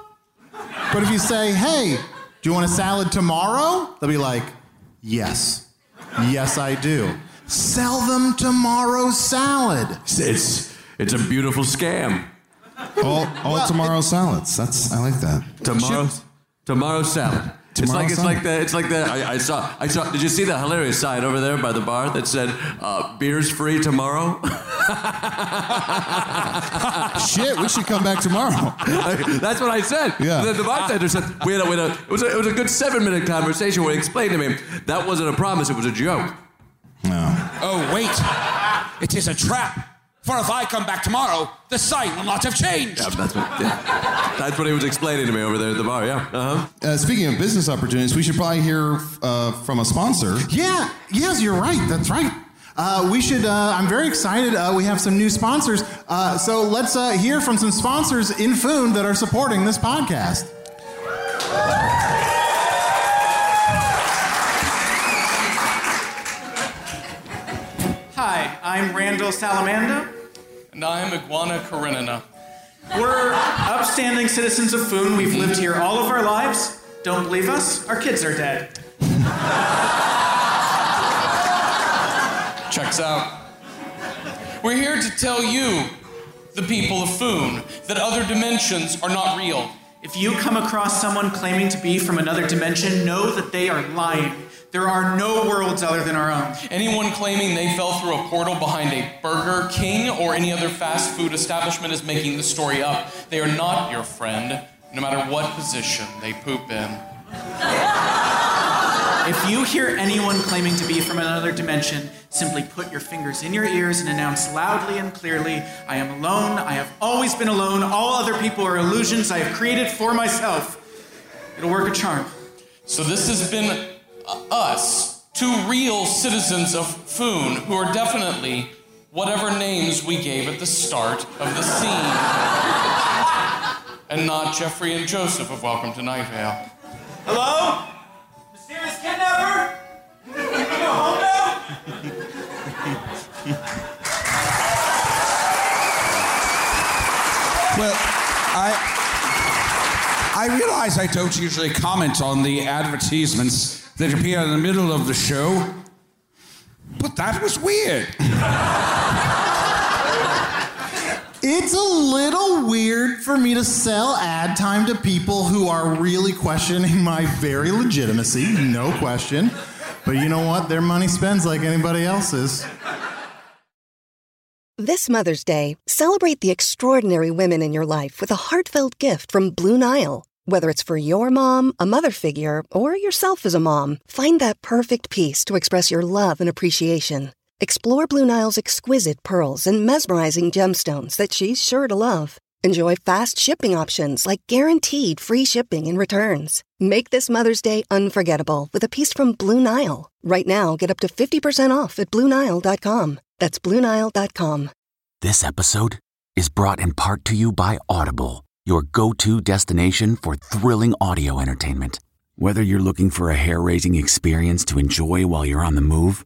Speaker 4: But if you say, hey, do you want a salad tomorrow? They'll be like, yes. Yes, I do. Sell them tomorrow salad.
Speaker 7: It's, it's it's a beautiful scam.
Speaker 4: Oh,
Speaker 5: all all tomorrow salads. That's I like that.
Speaker 7: Tomorrow, tomorrow salad. it's
Speaker 5: Tomorrow
Speaker 7: like it's
Speaker 5: salad.
Speaker 7: like the it's like the I, I saw I saw. Did you see the hilarious sign over there by the bar that said uh, "Beers free tomorrow"?
Speaker 5: Shit, we should come back tomorrow.
Speaker 7: That's what I said.
Speaker 5: Yeah.
Speaker 7: The, the bartender said, we had a, we had a, it, was a, it was a good seven minute conversation where he explained to me that wasn't a promise, it was a joke.
Speaker 6: Oh, wait. It is a trap. For if I come back tomorrow, the sign will not have changed.
Speaker 7: Yeah, that's, what, yeah. that's what he was explaining to me over there at the bar, yeah. Uh-huh.
Speaker 5: Uh, speaking of business opportunities, we should probably hear uh, from a sponsor.
Speaker 4: Yeah, yes, you're right. That's right. Uh, we should. Uh, I'm very excited. Uh, we have some new sponsors. Uh, so let's uh, hear from some sponsors in Foon that are supporting this podcast.
Speaker 2: Hi, I'm Randall Salamanda.
Speaker 3: And I'm Iguana Karenina.
Speaker 2: We're upstanding citizens of Foon. We've lived here all of our lives. Don't believe us? Our kids are dead.
Speaker 3: Checks out. We're here to tell you, the people of Foon, that other dimensions are not real.
Speaker 2: If you come across someone claiming to be from another dimension, know that they are lying. There are no worlds other than our own.
Speaker 3: Anyone claiming they fell through a portal behind a Burger King or any other fast food establishment is making the story up. They are not your friend, no matter what position they poop in.
Speaker 2: If you hear anyone claiming to be from another dimension, simply put your fingers in your ears and announce loudly and clearly I am alone. I have always been alone. All other people are illusions I have created for myself. It'll work a charm.
Speaker 3: So this has been uh, us, two real citizens of Foon, who are definitely whatever names we gave at the start of the scene. and not Jeffrey and Joseph of Welcome to Night Vale.
Speaker 2: Hello? Mysterious kidnapper? Can we go home now?
Speaker 6: Well, I I realize I don't usually comment on the advertisements that appear in the middle of the show, but that was weird.
Speaker 4: It's a little weird for me to sell ad time to people who are really questioning my very legitimacy, no question. But you know what? Their money spends like anybody else's.
Speaker 8: This Mother's Day, celebrate the extraordinary women in your life with a heartfelt gift from Blue Nile. Whether it's for your mom, a mother figure, or yourself as a mom, find that perfect piece to express your love and appreciation. Explore Blue Nile's exquisite pearls and mesmerizing gemstones that she's sure to love. Enjoy fast shipping options like guaranteed free shipping and returns. Make this Mother's Day unforgettable with a piece from Blue Nile. Right now, get up to 50% off at BlueNile.com. That's BlueNile.com.
Speaker 9: This episode is brought in part to you by Audible, your go to destination for thrilling audio entertainment. Whether you're looking for a hair raising experience to enjoy while you're on the move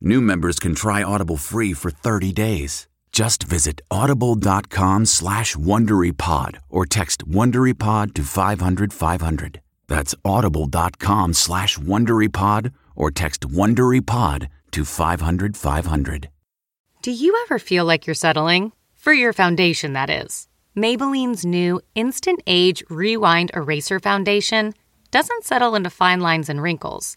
Speaker 9: new members can try Audible free for 30 days. Just visit audible.com slash WonderyPod or text WonderyPod to 500, 500. That's audible.com slash WonderyPod or text WonderyPod to 500, 500.
Speaker 10: Do you ever feel like you're settling? For your foundation, that is. Maybelline's new Instant Age Rewind Eraser Foundation doesn't settle into fine lines and wrinkles.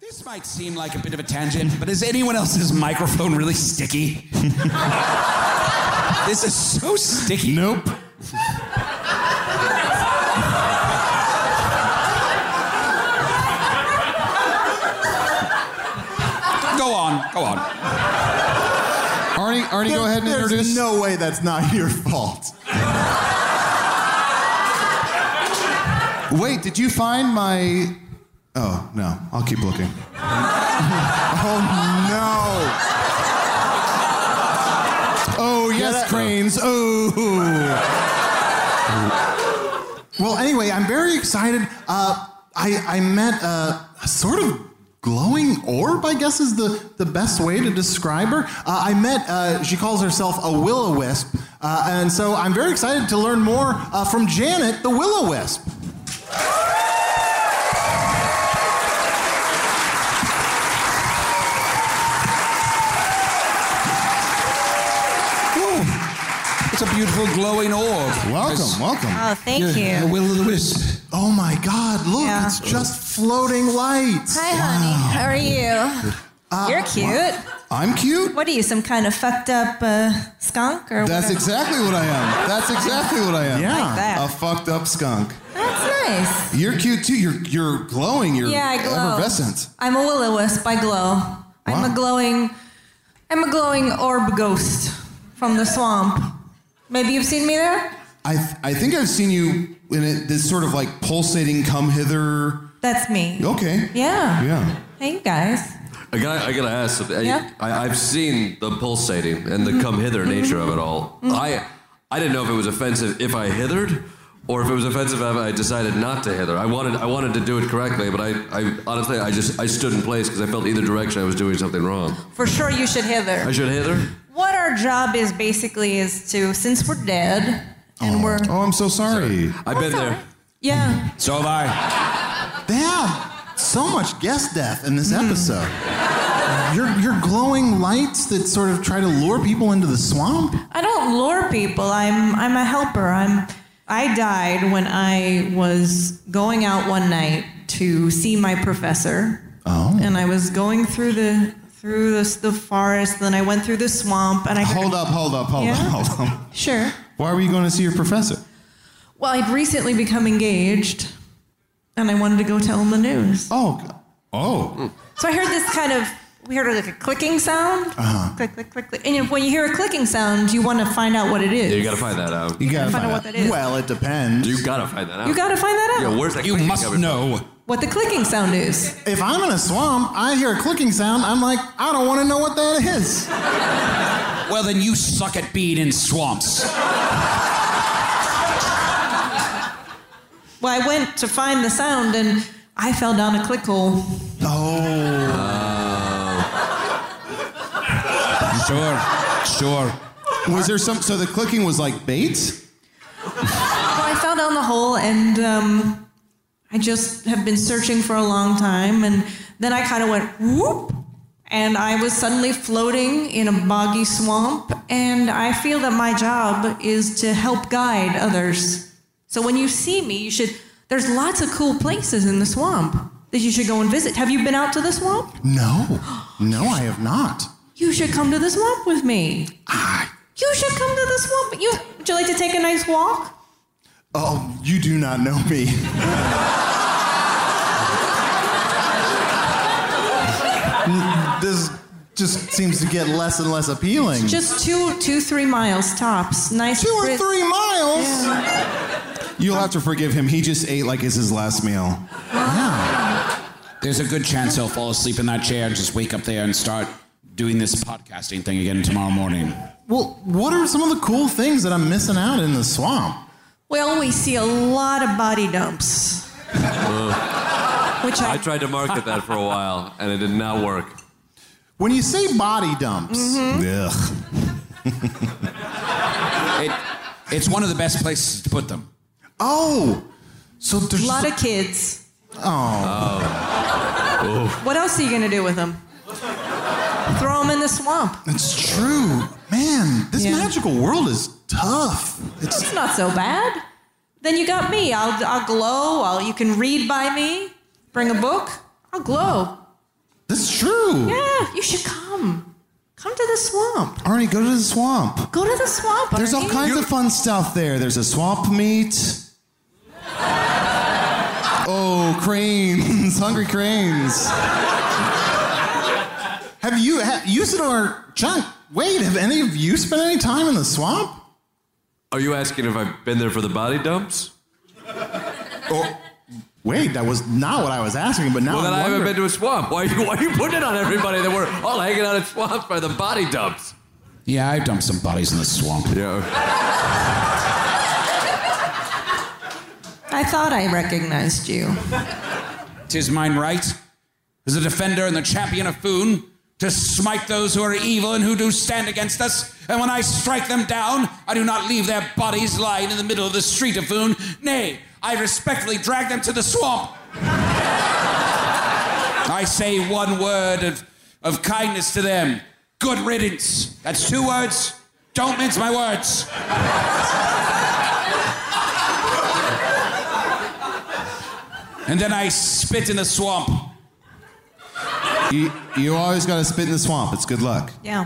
Speaker 6: This might seem like a bit of a tangent, but is anyone else's microphone really sticky? this is so sticky.
Speaker 5: Nope.
Speaker 6: Go on, go on.
Speaker 5: Arnie, Arnie, go ahead and
Speaker 4: there's
Speaker 5: introduce.
Speaker 4: no way that's not your fault.
Speaker 5: Wait, did you find my? Oh no, I'll keep looking.
Speaker 4: oh no.
Speaker 5: Oh yes, cranes. Oh.
Speaker 4: Well, anyway, I'm very excited. Uh, I I met a, a sort of glowing orb. I guess is the the best way to describe her. Uh, I met. Uh, she calls herself a will o wisp, uh, and so I'm very excited to learn more uh, from Janet, the will o wisp.
Speaker 6: It's a beautiful glowing orb.
Speaker 5: Welcome, welcome.
Speaker 11: Oh, thank
Speaker 6: Yeah,
Speaker 11: you.
Speaker 6: Will of the Wisp.
Speaker 4: Oh my God! Look,
Speaker 11: Yeah.
Speaker 4: it's just floating lights.
Speaker 11: Hi, honey. How are you? You're cute.
Speaker 5: Uh, I'm cute.
Speaker 11: What are you, some kind of fucked up uh, skunk or
Speaker 5: That's
Speaker 11: whatever?
Speaker 5: exactly what I am. That's exactly what I am.
Speaker 11: Yeah. Like
Speaker 5: a
Speaker 11: that.
Speaker 5: fucked up skunk.
Speaker 11: That's nice.
Speaker 5: You're cute too. You're you're glowing. You're
Speaker 11: yeah, I glow.
Speaker 5: effervescent.
Speaker 11: I'm a will o wisp. I glow. I'm a glowing, I'm a glowing orb ghost from the swamp. Maybe you've seen me there.
Speaker 5: I th- I think I've seen you in it, this sort of like pulsating come hither.
Speaker 11: That's me.
Speaker 5: Okay.
Speaker 11: Yeah.
Speaker 5: Yeah.
Speaker 11: Hey, you guys.
Speaker 7: I gotta, I gotta ask something.
Speaker 11: Yeah.
Speaker 7: I, I've seen the pulsating and the come hither nature of it all. I, I didn't know if it was offensive if I hithered, or if it was offensive if I decided not to hither. I wanted, I wanted to do it correctly, but I, I honestly, I just, I stood in place because I felt either direction I was doing something wrong.
Speaker 11: For sure, you should hither.
Speaker 7: I should hither.
Speaker 11: What our job is basically is to, since we're dead, and we're
Speaker 5: Oh, I'm so sorry.
Speaker 7: I've been there.
Speaker 11: yeah,
Speaker 6: So have I.
Speaker 4: They have so much guest death in this episode. Your, your glowing lights that sort of try to lure people into the swamp.
Speaker 11: I don't lure people. I'm I'm a helper. I'm I died when I was going out one night to see my professor.
Speaker 5: Oh.
Speaker 11: And I was going through the through the, the forest. Then I went through the swamp, and I
Speaker 5: Hold up, hold up, hold
Speaker 11: Yeah?
Speaker 5: up, hold up.
Speaker 11: Sure.
Speaker 5: Why were you going to see your professor?
Speaker 11: Well, I'd recently become engaged, and I wanted to go tell him the news.
Speaker 5: Oh. Oh.
Speaker 11: So I heard this kind of we heard like a clicking sound.
Speaker 5: Uh-huh.
Speaker 11: Click, click, click, click. And if, when you hear a clicking sound, you want to find out what it is.
Speaker 7: Yeah, you gotta find that out.
Speaker 5: You gotta
Speaker 11: Find out what that is.
Speaker 4: Well, it depends.
Speaker 7: You gotta find that out.
Speaker 11: You gotta find that out.
Speaker 7: Yeah, where's that?
Speaker 6: You
Speaker 7: clicking
Speaker 6: must
Speaker 7: coming from?
Speaker 6: know.
Speaker 11: what the clicking sound is.
Speaker 4: If I'm in a swamp, I hear a clicking sound. I'm like, I don't want to know what that is.
Speaker 6: Well, then you suck at being in swamps.
Speaker 11: Well, I went to find the sound and I fell down a click hole.
Speaker 4: Oh.
Speaker 6: Sure, sure.
Speaker 5: Was there some? So the clicking was like bait.
Speaker 11: Well, I fell down the hole and um, I just have been searching for a long time. And then I kind of went whoop. And I was suddenly floating in a boggy swamp And I feel that my job is to help guide others. So when you see me, you should. There's lots of cool places in the swamp that you should go and visit. Have you been out to the swamp?
Speaker 4: No, no, I have not.
Speaker 11: You should come to the swamp with me. You should come to the swamp. You would you like to take a nice walk?
Speaker 4: Oh, you do not know me. this just seems to get less and less appealing.
Speaker 11: Just two, two, three miles tops. Nice.
Speaker 4: Two or
Speaker 11: brit-
Speaker 4: three miles?
Speaker 5: You'll have to forgive him. He just ate like it's his last meal.
Speaker 6: There's a good chance he'll fall asleep in that chair and just wake up there and start doing this podcasting thing again tomorrow morning.
Speaker 4: Well, what are some of the cool things that I'm missing out in the swamp?
Speaker 11: Well, we see a lot of body dumps. Which I,
Speaker 7: tried to market that for a while, and it did not work. Mm-hmm.
Speaker 4: When you say body dumps,
Speaker 6: It, it's one of the best places to put them.
Speaker 4: oh, so
Speaker 11: A
Speaker 4: there's
Speaker 11: lot of kids.
Speaker 4: oh.
Speaker 11: What else are you going to do with them? Throw them in the swamp.
Speaker 4: It's true. Man, this
Speaker 11: Yeah.
Speaker 4: magical world is tough. It's,
Speaker 11: It's not so bad. Then you got me. I'll, I'll glow. I'll, you can read by me. Bring a book. I'll glow.
Speaker 4: That's true.
Speaker 11: Yeah, you should come. Come to the swamp.
Speaker 5: Arnie, go to the swamp.
Speaker 11: Go to the swamp.
Speaker 5: There's all
Speaker 11: Arnie.
Speaker 5: kinds of fun stuff there. There's a swamp meet. Oh, cranes, hungry cranes.
Speaker 4: Have you, ha, Usador, Chuck, wait, have any of you spent any time in the swamp?
Speaker 7: Are you asking if I've been there for the body dumps?
Speaker 4: Or, wait, that was not what I was asking, but now
Speaker 7: well, then
Speaker 4: I'm
Speaker 7: I haven't
Speaker 4: wondering-
Speaker 7: been to a swamp. Why are, you, why are you putting it on everybody that we're all hanging out at swamps by the body dumps?
Speaker 6: Yeah, I've dumped some bodies in the swamp.
Speaker 7: Yeah.
Speaker 11: I thought I recognized you.
Speaker 6: Tis mine right, as a defender and the champion of Foon, to smite those who are evil and who do stand against us. And when I strike them down, I do not leave their bodies lying in the middle of the street of Foon. Nay, I respectfully drag them to the swamp. I say one word of, of kindness to them. Good riddance. That's two words. Don't mince my words. And then I spit in the swamp.
Speaker 5: You, you always got to spit in the swamp. It's good luck.
Speaker 11: Yeah.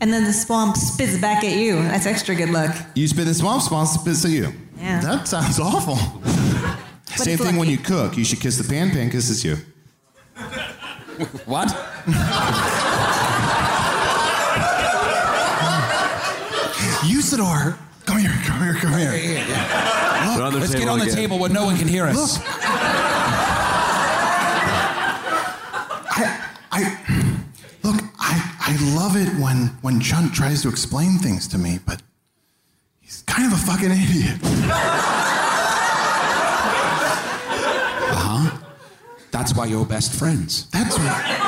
Speaker 11: And then the swamp spits back at you. That's extra good luck.
Speaker 5: You spit in the swamp, swamp spits at you.
Speaker 11: Yeah.
Speaker 4: That sounds awful.
Speaker 5: Same thing when you cook. You should kiss the pan, pan kisses you.
Speaker 6: What?
Speaker 4: Usador, come here, come here, come here.
Speaker 6: Look,
Speaker 7: on the
Speaker 6: let's get
Speaker 7: table
Speaker 6: on the
Speaker 7: again.
Speaker 6: table where no one can hear us.
Speaker 4: I, I, look, I, I love it when, when Chunt tries to explain things to me, but he's kind of a fucking idiot.
Speaker 6: That's why you're best friends.
Speaker 4: That's why.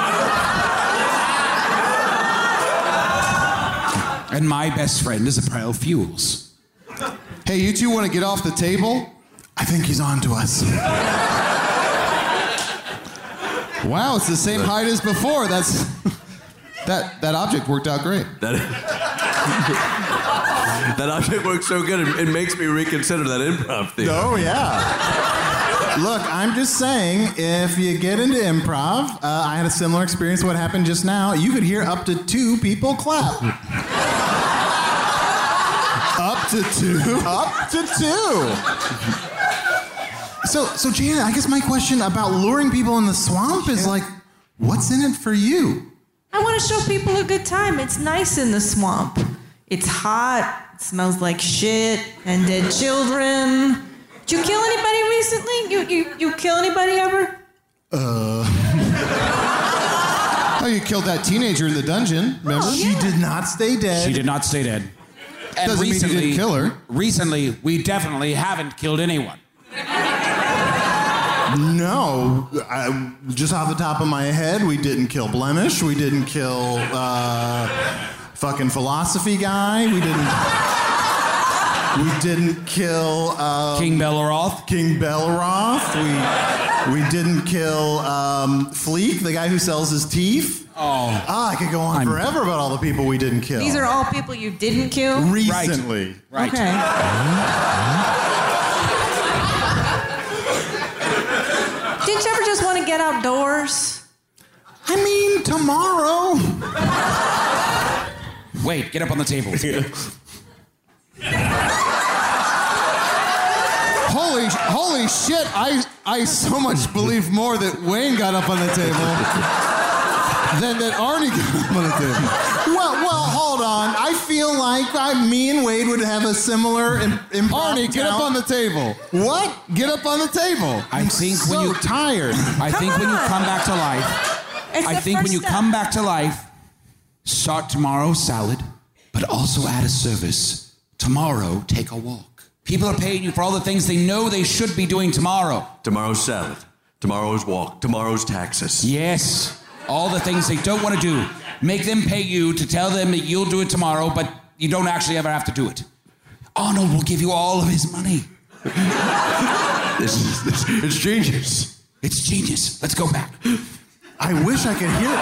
Speaker 6: And my best friend is a Prel Fuels.
Speaker 5: Hey, you two want to get off the table?
Speaker 4: I think he's on to us.
Speaker 5: Wow, it's the same height as before. That's that that object worked out great.
Speaker 7: That, that object works so good, it, it makes me reconsider that improv thing.
Speaker 4: Oh, yeah. Look, I'm just saying, if you get into improv, uh, I had a similar experience to what happened just now. You could hear up to two people clap.
Speaker 5: Up to two.
Speaker 4: up to two. So, so Janet, I guess my question about luring people in the swamp is like, what's in it for you?
Speaker 11: I want to show people a good time. It's nice in the swamp. It's hot. It smells like shit and dead children. Did you kill anybody recently? You you you kill anybody ever?
Speaker 5: Uh. Oh, you killed that teenager in the dungeon. Remember?
Speaker 4: She did not stay dead.
Speaker 6: She did not stay dead. And
Speaker 5: Doesn't mean you
Speaker 6: recently,
Speaker 5: didn't kill her.
Speaker 6: Recently, we definitely haven't killed anyone.
Speaker 4: No, I, just off the top of my head, we didn't kill Blemish. We didn't kill uh, fucking philosophy guy. We didn't. We didn't kill uh,
Speaker 6: King Belleroth.
Speaker 4: King Belroth. We We didn't kill um, Fleek, the guy who sells his teeth. Oh. Ah, I could go on forever about all the people we didn't kill.
Speaker 11: These are all people you didn't kill?
Speaker 4: recently.
Speaker 11: Right. Okay. Didn't you ever just want to get outdoors?
Speaker 12: I mean, tomorrow.
Speaker 6: Wait, get up on the table.
Speaker 5: Holy, holy shit! I, I so much believe more that Wayne got up on the table than that Arnie got up on the table.
Speaker 12: Well, well, hold on. I feel like I, me and Wade would have a similar im- improv
Speaker 5: Arnie, get up
Speaker 12: talent.
Speaker 5: on the table.
Speaker 12: What?
Speaker 5: Get up on the table.
Speaker 6: I think
Speaker 12: so
Speaker 6: when you
Speaker 12: tired.
Speaker 6: I
Speaker 12: Come
Speaker 6: think when you
Speaker 12: on.
Speaker 6: come back to life,
Speaker 12: It's
Speaker 6: I
Speaker 12: the
Speaker 6: think when
Speaker 12: first
Speaker 6: you
Speaker 12: step.
Speaker 6: come back to life, start tomorrow's salad, but also add a service. Tomorrow, take a walk. People are paying you for all the things they know they should be doing tomorrow.
Speaker 7: Tomorrow's salad. Tomorrow's walk. Tomorrow's taxes.
Speaker 6: Yes, all the things they don't want to do. Make them pay you to tell them that you'll do it tomorrow, but you don't actually ever have to do it. Arnold will give you all of his money.
Speaker 7: This is this, it's genius.
Speaker 6: It's genius. Let's go back.
Speaker 4: I wish I could hear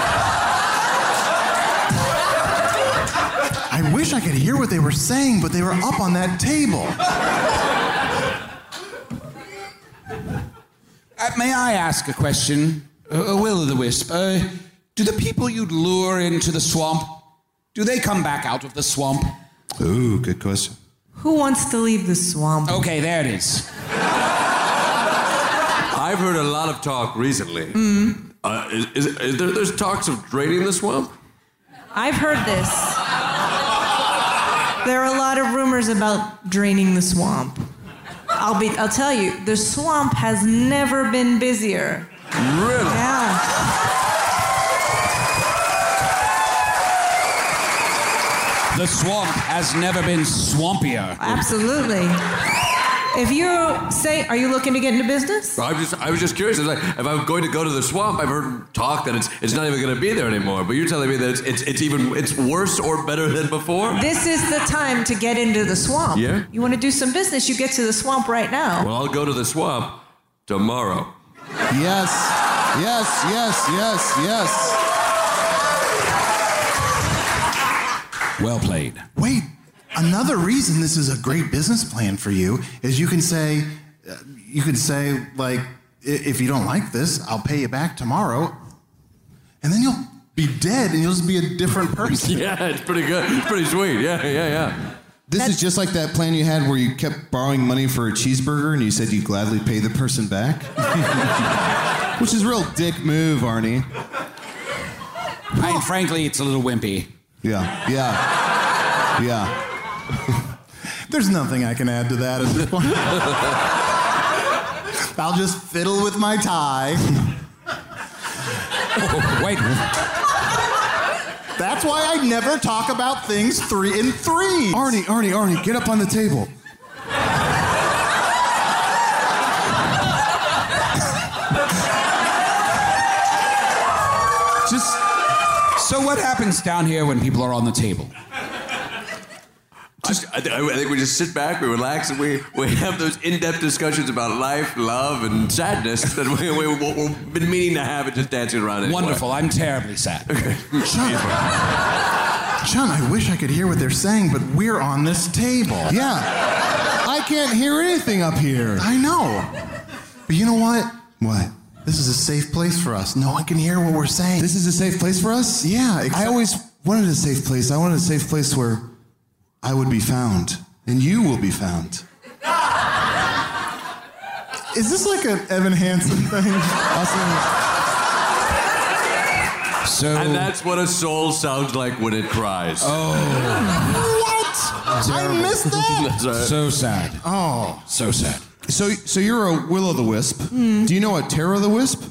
Speaker 4: I wish I could hear what they were saying, but they were up on that table.
Speaker 6: Uh, may I ask a question? Uh, Will o' the Wisp, uh, do the people you'd lure into the swamp, do they come back out of the swamp?
Speaker 5: Ooh, good question.
Speaker 11: Who wants to leave the swamp?
Speaker 6: Okay, there it is.
Speaker 7: I've heard a lot of talk recently.
Speaker 4: Mm.
Speaker 11: Mm,
Speaker 7: Uh, is, is, is there, there's talks of draining the swamp?
Speaker 11: I've heard this. There are a lot of rumors about draining the swamp. I'll be I'll tell you, the swamp has never been busier.
Speaker 7: Really?
Speaker 11: Yeah.
Speaker 6: The swamp has never been swampier.
Speaker 11: Absolutely. If you say, are you looking to get into business?
Speaker 7: I was just, I was just curious. I was like, if I'm going to go to the swamp, I've heard talk that it's, it's not even going to be there anymore. But you're telling me that it's, it's, it's even it's worse or better than before.
Speaker 11: This is the time to get into the swamp.
Speaker 7: Yeah.
Speaker 11: You want to do some business, you get to the swamp right now.
Speaker 7: Well, I'll go to the swamp tomorrow.
Speaker 5: Yes, yes, yes, yes, yes.
Speaker 6: Well played.
Speaker 4: Wait, another reason this is a great business plan for you is you can say, uh, you can say like, "I- if you don't like this, I'll pay you back tomorrow, and then you'll be dead and you'll just be a different person.
Speaker 7: Yeah, it's pretty good. It's pretty sweet. Yeah, yeah, yeah.
Speaker 5: This is just like that plan you had where you kept borrowing money for a cheeseburger and you said you'd gladly pay the person back. Which is a real dick move, Arnie.
Speaker 6: And frankly, it's a little wimpy.
Speaker 5: Yeah, yeah, yeah.
Speaker 4: There's nothing I can add to that at this point. I'll just fiddle with my tie.
Speaker 6: Oh, wait.
Speaker 4: That's why I never talk about things three in three.
Speaker 5: Arnie, Arnie, Arnie, get up on the table.
Speaker 6: Just so what happens down here when people are on the table?
Speaker 7: I, I, I think we just sit back, we relax, and we, we have those in-depth discussions about life, love, and sadness that we, we, we've been meaning to have and just dancing around. anyway.
Speaker 6: Wonderful. I'm terribly sad.
Speaker 4: John, I wish I could hear what they're saying, but we're on this table.
Speaker 5: Yeah. I can't hear anything up here.
Speaker 4: I know. But you know what?
Speaker 5: What?
Speaker 4: This is a safe place for us. No one can hear what we're saying.
Speaker 5: This is a safe place for us?
Speaker 4: yeah,
Speaker 5: I
Speaker 4: except
Speaker 5: always wanted a safe place. I wanted a safe place where I would be found and you will be found.
Speaker 4: is this like an Evan Hansen thing?
Speaker 6: So
Speaker 7: And that's what a soul sounds like when it cries. Oh,
Speaker 4: what? I missed that.
Speaker 6: so sad. Oh, so sad.
Speaker 5: So, so you're a will o' the wisp. Do you know a terror o' the wisp?
Speaker 11: Hmm.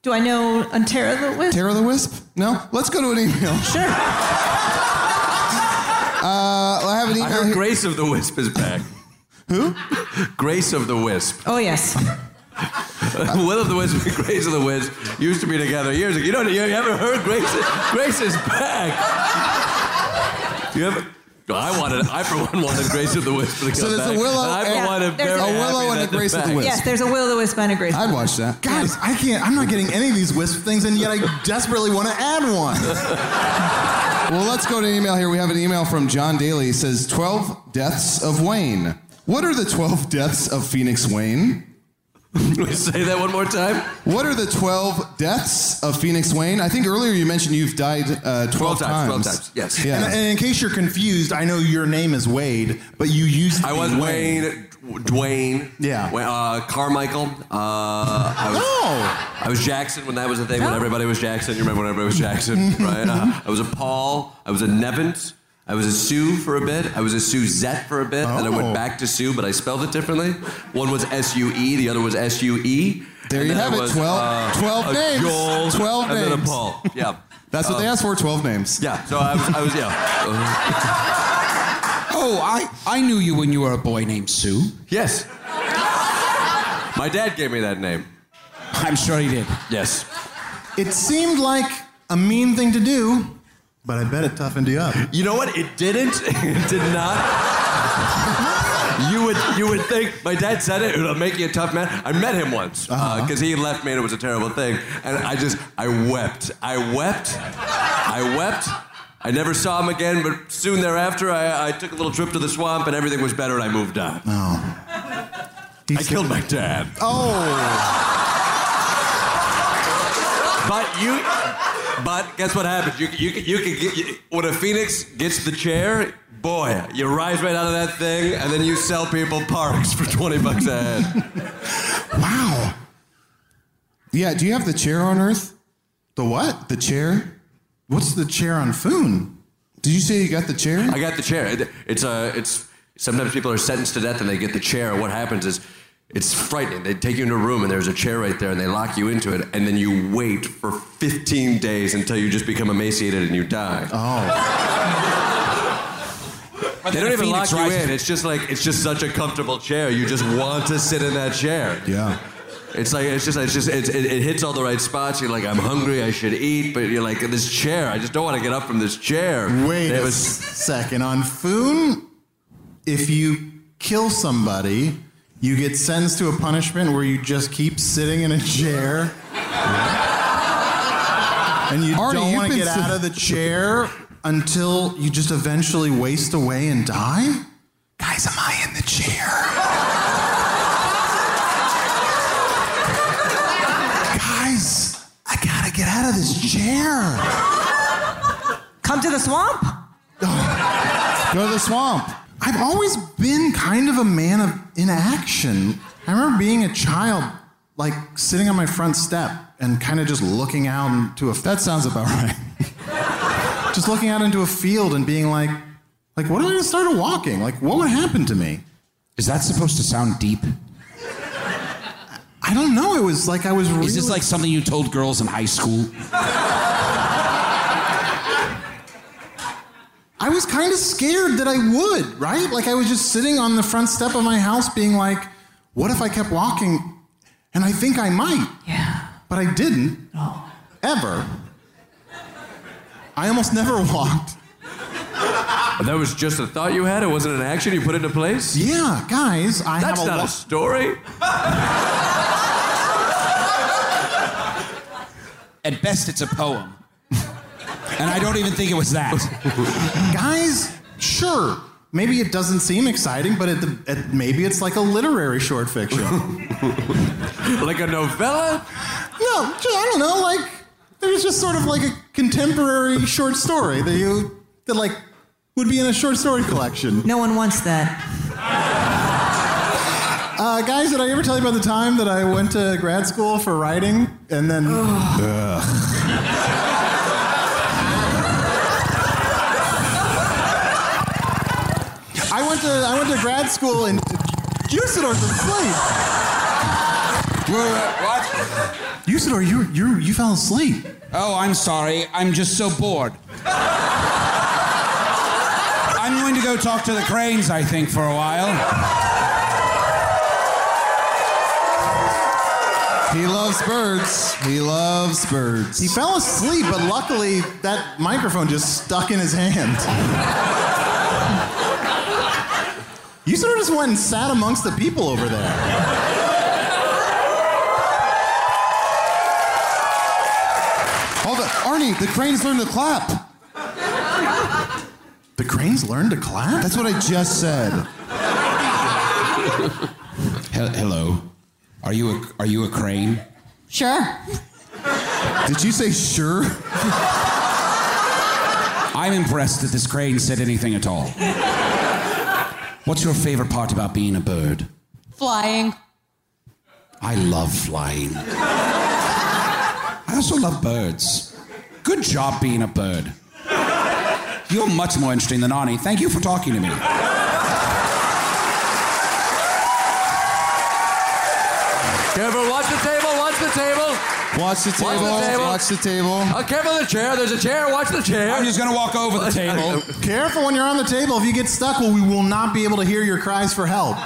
Speaker 11: Do I know Antara the Wisp?
Speaker 5: Terror o' the wisp? No? Let's go to an email. Sure. Uh, I have an
Speaker 7: I
Speaker 5: email.
Speaker 7: heard
Speaker 5: here.
Speaker 7: Grace of the Wisp is back. Who? Grace of the Wisp.
Speaker 11: Oh, yes.
Speaker 7: Will of the Wisp and Grace of the Wisp used to be together years ago. You don't. You haven't heard Grace? Grace is back. You have. No, I wanted. I for one wanted Grace of the Wisp to come
Speaker 4: So there's a
Speaker 7: back.
Speaker 4: Willow
Speaker 7: And I for
Speaker 4: and-
Speaker 7: one am
Speaker 4: there's
Speaker 7: very
Speaker 4: a
Speaker 7: happy
Speaker 4: Willow and
Speaker 7: that
Speaker 4: a Grace of the
Speaker 7: back.
Speaker 4: Wisp.
Speaker 11: Yes, there's a Will o' the Wisp and a Grace.
Speaker 4: I'd watch that. Guys, I can't. I'm not getting any of these Wisp things, and yet I desperately want to add one.
Speaker 5: Well, let's go to email here. We have an email from John Daly. It says 12 deaths of Wayne. What are the 12 deaths of Phoenix Wayne?
Speaker 7: Say that one more time.
Speaker 5: What are the 12 deaths of Phoenix Wayne? I think earlier you mentioned you've died uh, 12,
Speaker 7: 12 times, 12 times, yes.
Speaker 5: Yeah.
Speaker 4: And, and in case you're confused, I know your name is Wade, but you used to
Speaker 7: I
Speaker 4: be
Speaker 7: was Wayne, Dwayne.
Speaker 4: Yeah.
Speaker 7: Wa- uh, Carmichael. Uh, I was, I was Jackson when that was a thing, when everybody was Jackson. You remember when everybody was Jackson, right? Uh, I was a Paul. I was a Nevins. I was a Sue for a bit. I was a Suzette for a bit. and I
Speaker 5: Oh.
Speaker 7: went back to Sue, but I spelled it differently. One was S U E, the other was S U E.
Speaker 5: There you have it, 12 12
Speaker 7: uh, a
Speaker 5: names.
Speaker 7: Joel,
Speaker 5: 12
Speaker 7: and then a
Speaker 5: names.
Speaker 7: Paul. Yeah.
Speaker 5: That's what
Speaker 7: Uh,
Speaker 5: they asked for 12 names.
Speaker 7: Yeah. So I was, I was yeah.
Speaker 6: Oh, I, I knew you when you were a boy named Sue.
Speaker 7: Yes. My dad gave me that name.
Speaker 6: I'm sure he did.
Speaker 7: Yes.
Speaker 4: It seemed like a mean thing to do, but I bet it toughened you up.
Speaker 7: You know what? It didn't. It did not. You would you would think my dad said it. It'll make you a tough man. I met him once because
Speaker 4: Uh-huh.
Speaker 7: he left me and it was a terrible thing. And I just I wept. I wept. I wept. I never saw him again. But soon thereafter, I, I took a little trip to the swamp and everything was better. and I moved on.
Speaker 4: Oh.
Speaker 7: I killed my dad.
Speaker 4: Oh.
Speaker 7: But you, but guess what happens? You you you can get you, when a phoenix gets the chair, boy, you rise right out of that thing, and then you sell people parks for twenty bucks a head.
Speaker 5: Wow. Yeah, do you have the chair on Earth? The what? The chair?
Speaker 4: What's the chair on Foon?
Speaker 5: Did you say you got the chair?
Speaker 7: I got the chair. It- It's a it's sometimes people are sentenced to death and they get the chair. and What happens is. It's frightening. They take you into a room and there's a chair right there and they lock you into it and then you wait for 15 days until you just become emaciated and you die.
Speaker 4: Oh.
Speaker 7: They don't even lock you in. It's just like it's just such a comfortable chair. You just want to sit in that chair.
Speaker 5: Yeah.
Speaker 7: It's like it's just it's just it's, it, it hits all the right spots. You're like I'm hungry. I should eat, but you're like this chair. I just don't want to get up from this chair.
Speaker 4: Wait
Speaker 7: And
Speaker 4: a
Speaker 7: it was
Speaker 4: second. On Foon, if you kill somebody, you get sentenced to a punishment where you just keep sitting in a chair. And you
Speaker 5: Artie,
Speaker 4: don't
Speaker 5: you've
Speaker 4: want to
Speaker 5: been
Speaker 4: get
Speaker 5: sit-
Speaker 4: out of the chair until you just eventually waste away and die? Guys, am I in the chair? Guys, I gotta get out of this chair.
Speaker 11: Come to the swamp?
Speaker 4: Oh, Go to the swamp. I've always been kind of a man of inaction. I remember being a child, like sitting on my front step and kind of just looking out into a. That sounds about right. just looking out into a field and being like, like, what if I just started walking? Like, what would happen to me?
Speaker 6: Is that supposed to sound deep?
Speaker 4: I don't know. It was like I was. Really
Speaker 6: Is this like something you told girls in high school?
Speaker 4: I was kind of scared that I would, right? Like I was just sitting on the front step of my house being like, what if I kept walking? And I think I might.
Speaker 11: Yeah.
Speaker 4: But I didn't. Ever. I almost never walked.
Speaker 7: that was just a thought you had. It wasn't an action. You put it into place.
Speaker 4: Yeah, guys, I
Speaker 7: That's
Speaker 4: have a
Speaker 7: not a
Speaker 4: lot.
Speaker 7: story.
Speaker 6: At best, it's a poem. and I don't even think it was that.
Speaker 4: guys, sure. Maybe it doesn't seem exciting, but at the, at, maybe it's like a literary short fiction. no,
Speaker 7: Like a novella.
Speaker 4: ju- I don't know. Like there's just sort of like a contemporary short story that you that like would be in a short story collection.
Speaker 11: No one wants that.
Speaker 4: Uh, guys, did I ever tell you about the time that I went to grad school for writing and then. Ugh. I went to I went to grad school in Usador for sleep.
Speaker 6: what?
Speaker 4: Usador, you you you fell asleep.
Speaker 6: Oh, I'm sorry. I'm just so bored. I'm going to go talk to the cranes, I think, for a while.
Speaker 5: He loves birds. He loves birds.
Speaker 4: He fell asleep, but luckily that microphone just stuck in his hand. You sort of just went and sat amongst the people over there.
Speaker 5: Hold up, Arnie, the cranes learned to clap.
Speaker 4: The cranes learned to clap?
Speaker 5: That's what I just said.
Speaker 13: Hel- hello. Are you a are you a crane?
Speaker 14: Sure.
Speaker 13: Did you say sure?
Speaker 6: I'm impressed that this crane said anything at all.
Speaker 13: What's your favorite part about being a bird?
Speaker 14: Flying.
Speaker 13: I love flying.
Speaker 6: I also love birds. Good job being a bird. You're much more interesting than Arnie. Thank you for talking to me.
Speaker 7: Careful, watch the table, watch the table.
Speaker 5: Watch the
Speaker 7: Watch
Speaker 5: table.
Speaker 7: the table.
Speaker 5: Watch the table.
Speaker 7: Uh, careful the chair, there's a chair, watch the chair. I'm
Speaker 6: just gonna walk over the table.
Speaker 4: Careful when you're on the table. If you get stuck, well, we will not be able to hear your cries for help.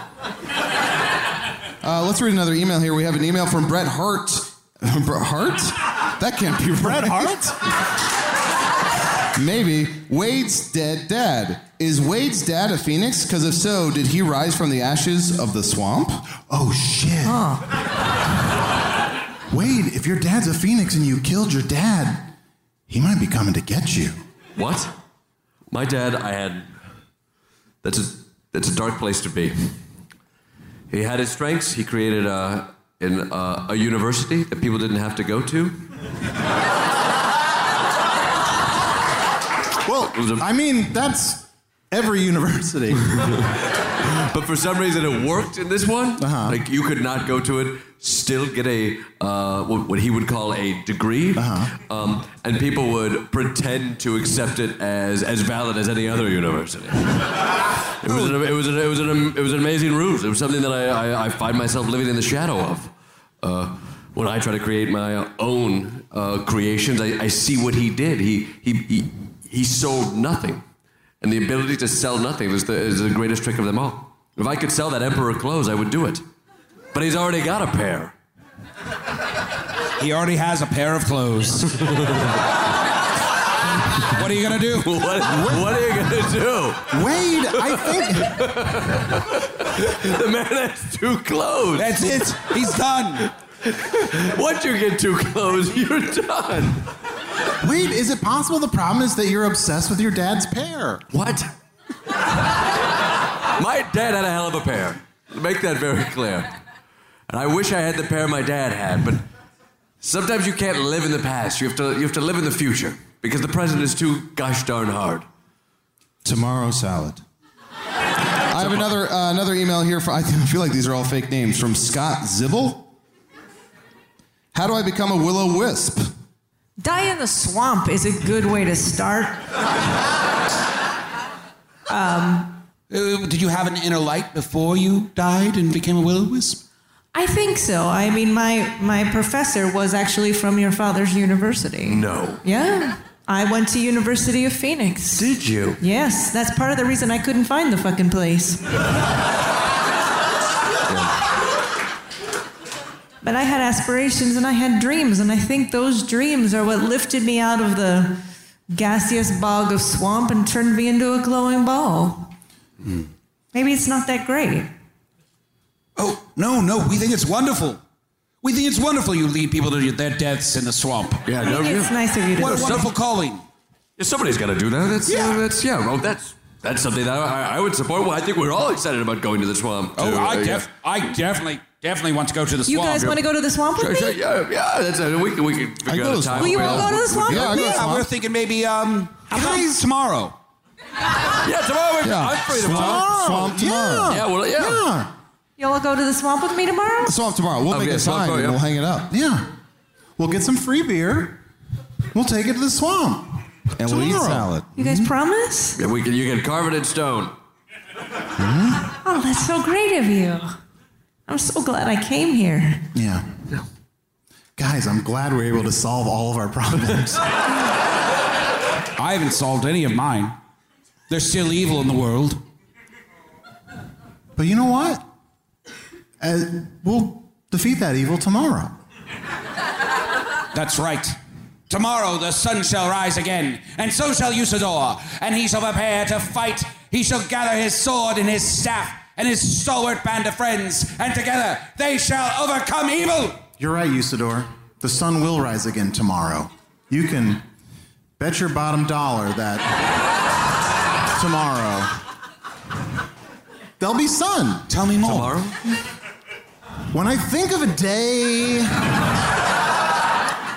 Speaker 5: Uh, let's read another email here. We have an email from Bret Hart. Bret Hart? That can't be Bret Hart. Maybe Wade's dead dad. Is Wade's dad a phoenix? Because if so, did he rise from the ashes of the swamp?
Speaker 15: Oh shit. Wade, if your dad's a phoenix and you killed your dad, he might be coming to get you.
Speaker 7: What? My dad, I had. That's a that's a dark place to be. He had his strengths. He created a an, uh, a university that people didn't have to go to.
Speaker 4: Well, I mean, that's every university.
Speaker 7: but for some reason, it worked in this one. Like you could not go to it, still get a uh, what, what he would call a degree, um, and people would pretend to accept it as as valid as any other university. It was, an, it, was an, it, was an, it was an amazing ruse. It was something that I, I, I find myself living in the shadow of. Uh, when I try to create my own uh, creations, I, I see what he did. He, he, he, he sold nothing. And the ability to sell nothing is the, is the greatest trick of them all. If I could sell that emperor clothes, I would do it. But he's already got a pair.
Speaker 6: He already has a pair of clothes. what are you gonna do?
Speaker 7: What, what are you gonna do?
Speaker 6: Wade,
Speaker 4: I
Speaker 6: think
Speaker 7: the man has two clothes.
Speaker 6: That's it. He's done.
Speaker 7: Once you get two clothes, you're done.
Speaker 4: Wade, is it possible the problem is that you're obsessed with your dad's pair?
Speaker 7: What? My dad had a hell of a pair. Make that very clear. And I wish I had the pair my dad had, but sometimes you can't live in the past. You have to, you have to live in the future because the present is too gosh darn hard.
Speaker 5: Tomorrow salad. I have another uh, another email here. From, I feel like these are all fake names from Scott Zibble. How do I become a willow wisp?
Speaker 11: Die in the swamp is a good way to start.
Speaker 6: Um, did you have an inner light before you died and became a will o wisp?
Speaker 11: I think so. I mean, my, my professor was actually from your father's university.
Speaker 7: No.
Speaker 11: Yeah. I went to University of Phoenix.
Speaker 7: Did you?
Speaker 11: Yes, that's part of the reason I couldn't find the fucking place. But I had aspirations and I had dreams, and I think those dreams are what lifted me out of the gaseous bog of swamp and turned me into a glowing ball. Maybe it's not that great.
Speaker 6: Oh, no, no. We think it's wonderful. We think it's wonderful you lead people to their deaths in the swamp.
Speaker 7: Yeah,
Speaker 11: I think it's nice of you to
Speaker 6: What a
Speaker 11: do
Speaker 6: wonderful
Speaker 11: that.
Speaker 6: calling.
Speaker 7: Yeah, somebody's got to do that. That's, yeah. that's, yeah, well, that's, that's something that I, I would support. Well, I think we're all excited about going to the swamp.
Speaker 6: Oh,
Speaker 7: too.
Speaker 6: I,
Speaker 7: Uh,
Speaker 6: def- I definitely, definitely want to go to the
Speaker 11: You
Speaker 6: swamp.
Speaker 11: guys want to go to the swamp with
Speaker 7: Sure,
Speaker 11: me?
Speaker 7: sure, yeah, yeah, that's a, we can we can figure out a time.
Speaker 11: Will you all go to the swamp with me?
Speaker 6: we're thinking maybe um, guys, tomorrow.
Speaker 7: Yeah, tomorrow. we're-
Speaker 6: Yeah.
Speaker 7: I'm free
Speaker 6: Swamp-
Speaker 7: tomorrow.
Speaker 6: swamp tomorrow.
Speaker 7: Yeah, well, yeah.
Speaker 11: Y'all go to the swamp with me tomorrow?
Speaker 5: Swamp tomorrow. We'll
Speaker 7: Oh,
Speaker 5: make
Speaker 7: yeah,
Speaker 5: a
Speaker 7: swamp
Speaker 5: sign
Speaker 7: tomorrow,
Speaker 5: and
Speaker 7: yeah.
Speaker 5: we'll hang it up.
Speaker 4: Yeah. We'll get some free beer. We'll take it to the swamp. Mm-hmm.
Speaker 5: And
Speaker 7: we'll eat
Speaker 4: Tomorrow.
Speaker 7: salad.
Speaker 11: You guys promise?
Speaker 7: Yeah, we can. You can carve it in stone. Hmm?
Speaker 11: Oh, that's so great of you. I'm so glad I came here.
Speaker 4: Yeah. Guys, I'm glad we're able to solve all of our problems.
Speaker 6: I haven't solved any of mine. There's still evil in the world.
Speaker 4: But you know what? Uh, we'll defeat that evil tomorrow.
Speaker 6: That's right. Tomorrow the sun shall rise again, and so shall Usador, and he shall prepare to fight he shall gather his sword and his staff and his stalwart band of friends, and together they shall overcome evil.
Speaker 15: You're right, Usador. The sun will rise again tomorrow. You can bet your bottom dollar that tomorrow there'll be sun.
Speaker 6: Tell me more. Tomorrow?
Speaker 15: When I think of a day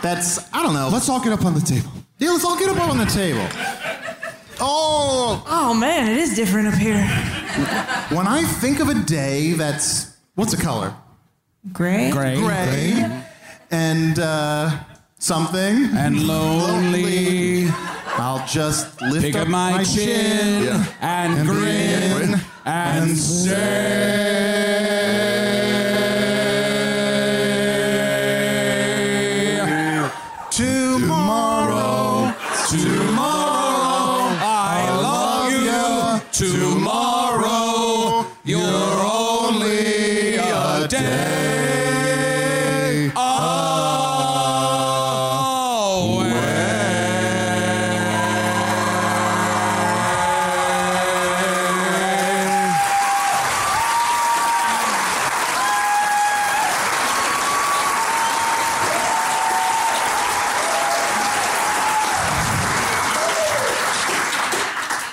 Speaker 15: that's, I don't know.
Speaker 5: Let's all get up on the table.
Speaker 15: Yeah, let's all get up on the table. Oh,
Speaker 11: oh man, it is different up here.
Speaker 15: When I think of a day that's, what's the color?
Speaker 11: Gray.
Speaker 15: Gray. And uh, something.
Speaker 6: And lonely.
Speaker 15: I'll just lift
Speaker 6: Pick
Speaker 15: up,
Speaker 6: up my chin Yeah. and grin and
Speaker 15: say tomorrow,
Speaker 6: Tomorrow, I love you. Tomorrow, you're only a day away.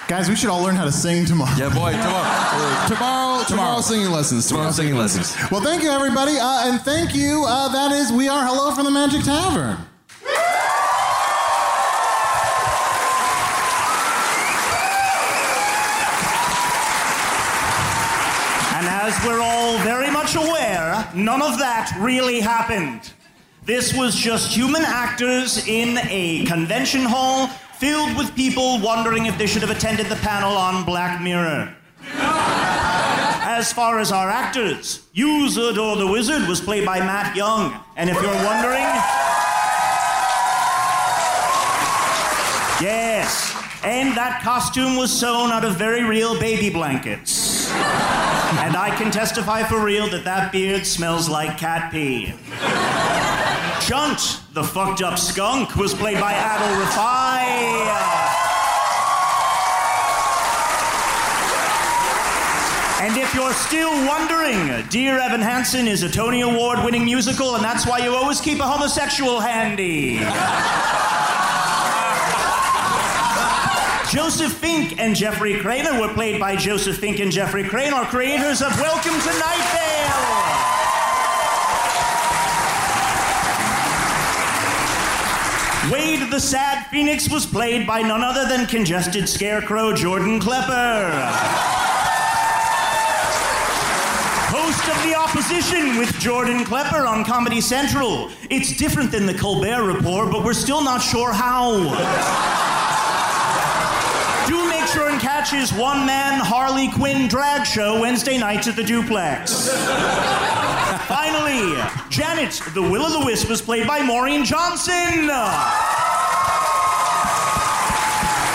Speaker 15: Guys, we should all learn how to sing tomorrow. Yeah,
Speaker 7: boy, tomorrow.
Speaker 15: tomorrow, tomorrow singing lessons.
Speaker 7: Tomorrow singing lessons.
Speaker 15: Well, thank you, everybody, uh, and thank you. Uh, that is, we are hello from the Magic Tavern.
Speaker 2: And as we're all very much aware, none of that really happened. This was just human actors in a convention hall filled with people wondering if they should have attended the panel on Black Mirror. As far as our actors, Usador the Wizard was played by Matt Young. And if you're wondering. Yes. And that costume was sewn out of very real baby blankets. and I can testify for real that that beard smells like cat pee. Chunt, the fucked up skunk, was played by Adil Rafai. And if you're still wondering, Dear Evan Hansen is a Tony Award winning musical, and that's why you always keep a homosexual handy. Joseph Fink and Jeffrey Craner were played by Joseph Fink and Jeffrey Crane, are creators of Welcome to Night Vale. Wade the Sad Phoenix was played by none other than congested scarecrow Jordan Klepper. Host of The Opposition with Jordan Klepper on Comedy Central. It's different than The Colbert Report, but we're still not sure how. Do make sure and catch his one man Harley Quinn drag show Wednesday nights at the Duplex. Finally, Janet, the Will o' the Wisp, was played by Maureen Johnson.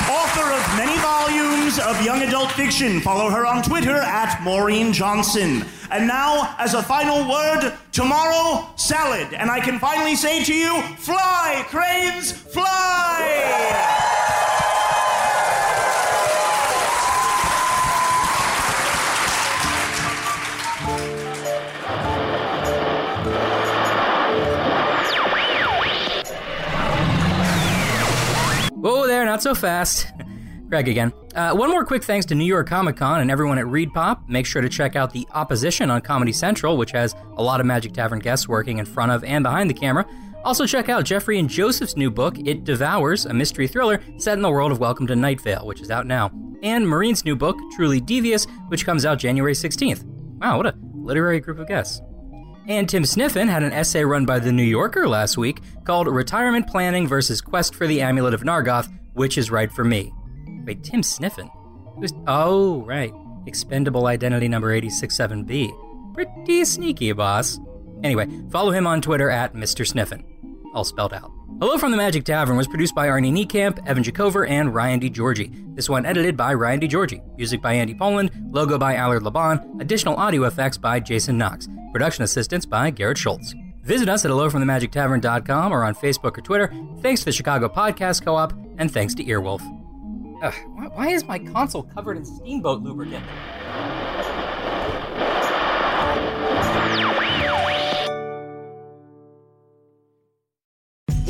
Speaker 2: Author of many volumes of young adult fiction. Follow her on Twitter at Maureen Johnson. And now, as a final word, tomorrow, salad. And I can finally say to you, fly, cranes, fly!
Speaker 1: Whoa there, not so fast. Greg again. Uh, one more quick thanks to New York Comic Con and everyone at Reed Pop. Make sure to check out The Opposition on Comedy Central, which has a lot of Magic Tavern guests working in front of and behind the camera. Also, check out Jeffrey and Joseph's new book, It Devours, a mystery thriller set in the world of Welcome to Night Vale, which is out now. And Marine's new book, Truly Devious, which comes out January 16th. Wow, what a literary group of guests. And Tim Sniffen had an essay run by The New Yorker last week called Retirement Planning versus Quest for the Amulet of Nargoth Which is Right for Me? Wait, Tim Sniffen? Who's- Oh, right. Expendable Identity Number 867B. Pretty sneaky, boss. Anyway, follow him on Twitter at Mr. Sniffen. All spelled out. Hello from the Magic Tavern was produced by Arnie Niekamp, Evan Jacover, and Ryan D. Georgie. This one edited by Ryan D. Georgie. Music by Andy Poland, logo by Allard Laban, additional audio effects by Jason Knox, production assistance by Garrett Schultz. Visit us at hellofromthemagictavern.com or on Facebook or Twitter. Thanks to the Chicago Podcast Co op, and thanks to Earwolf. Ugh, why, why is my console covered in steamboat lubricant?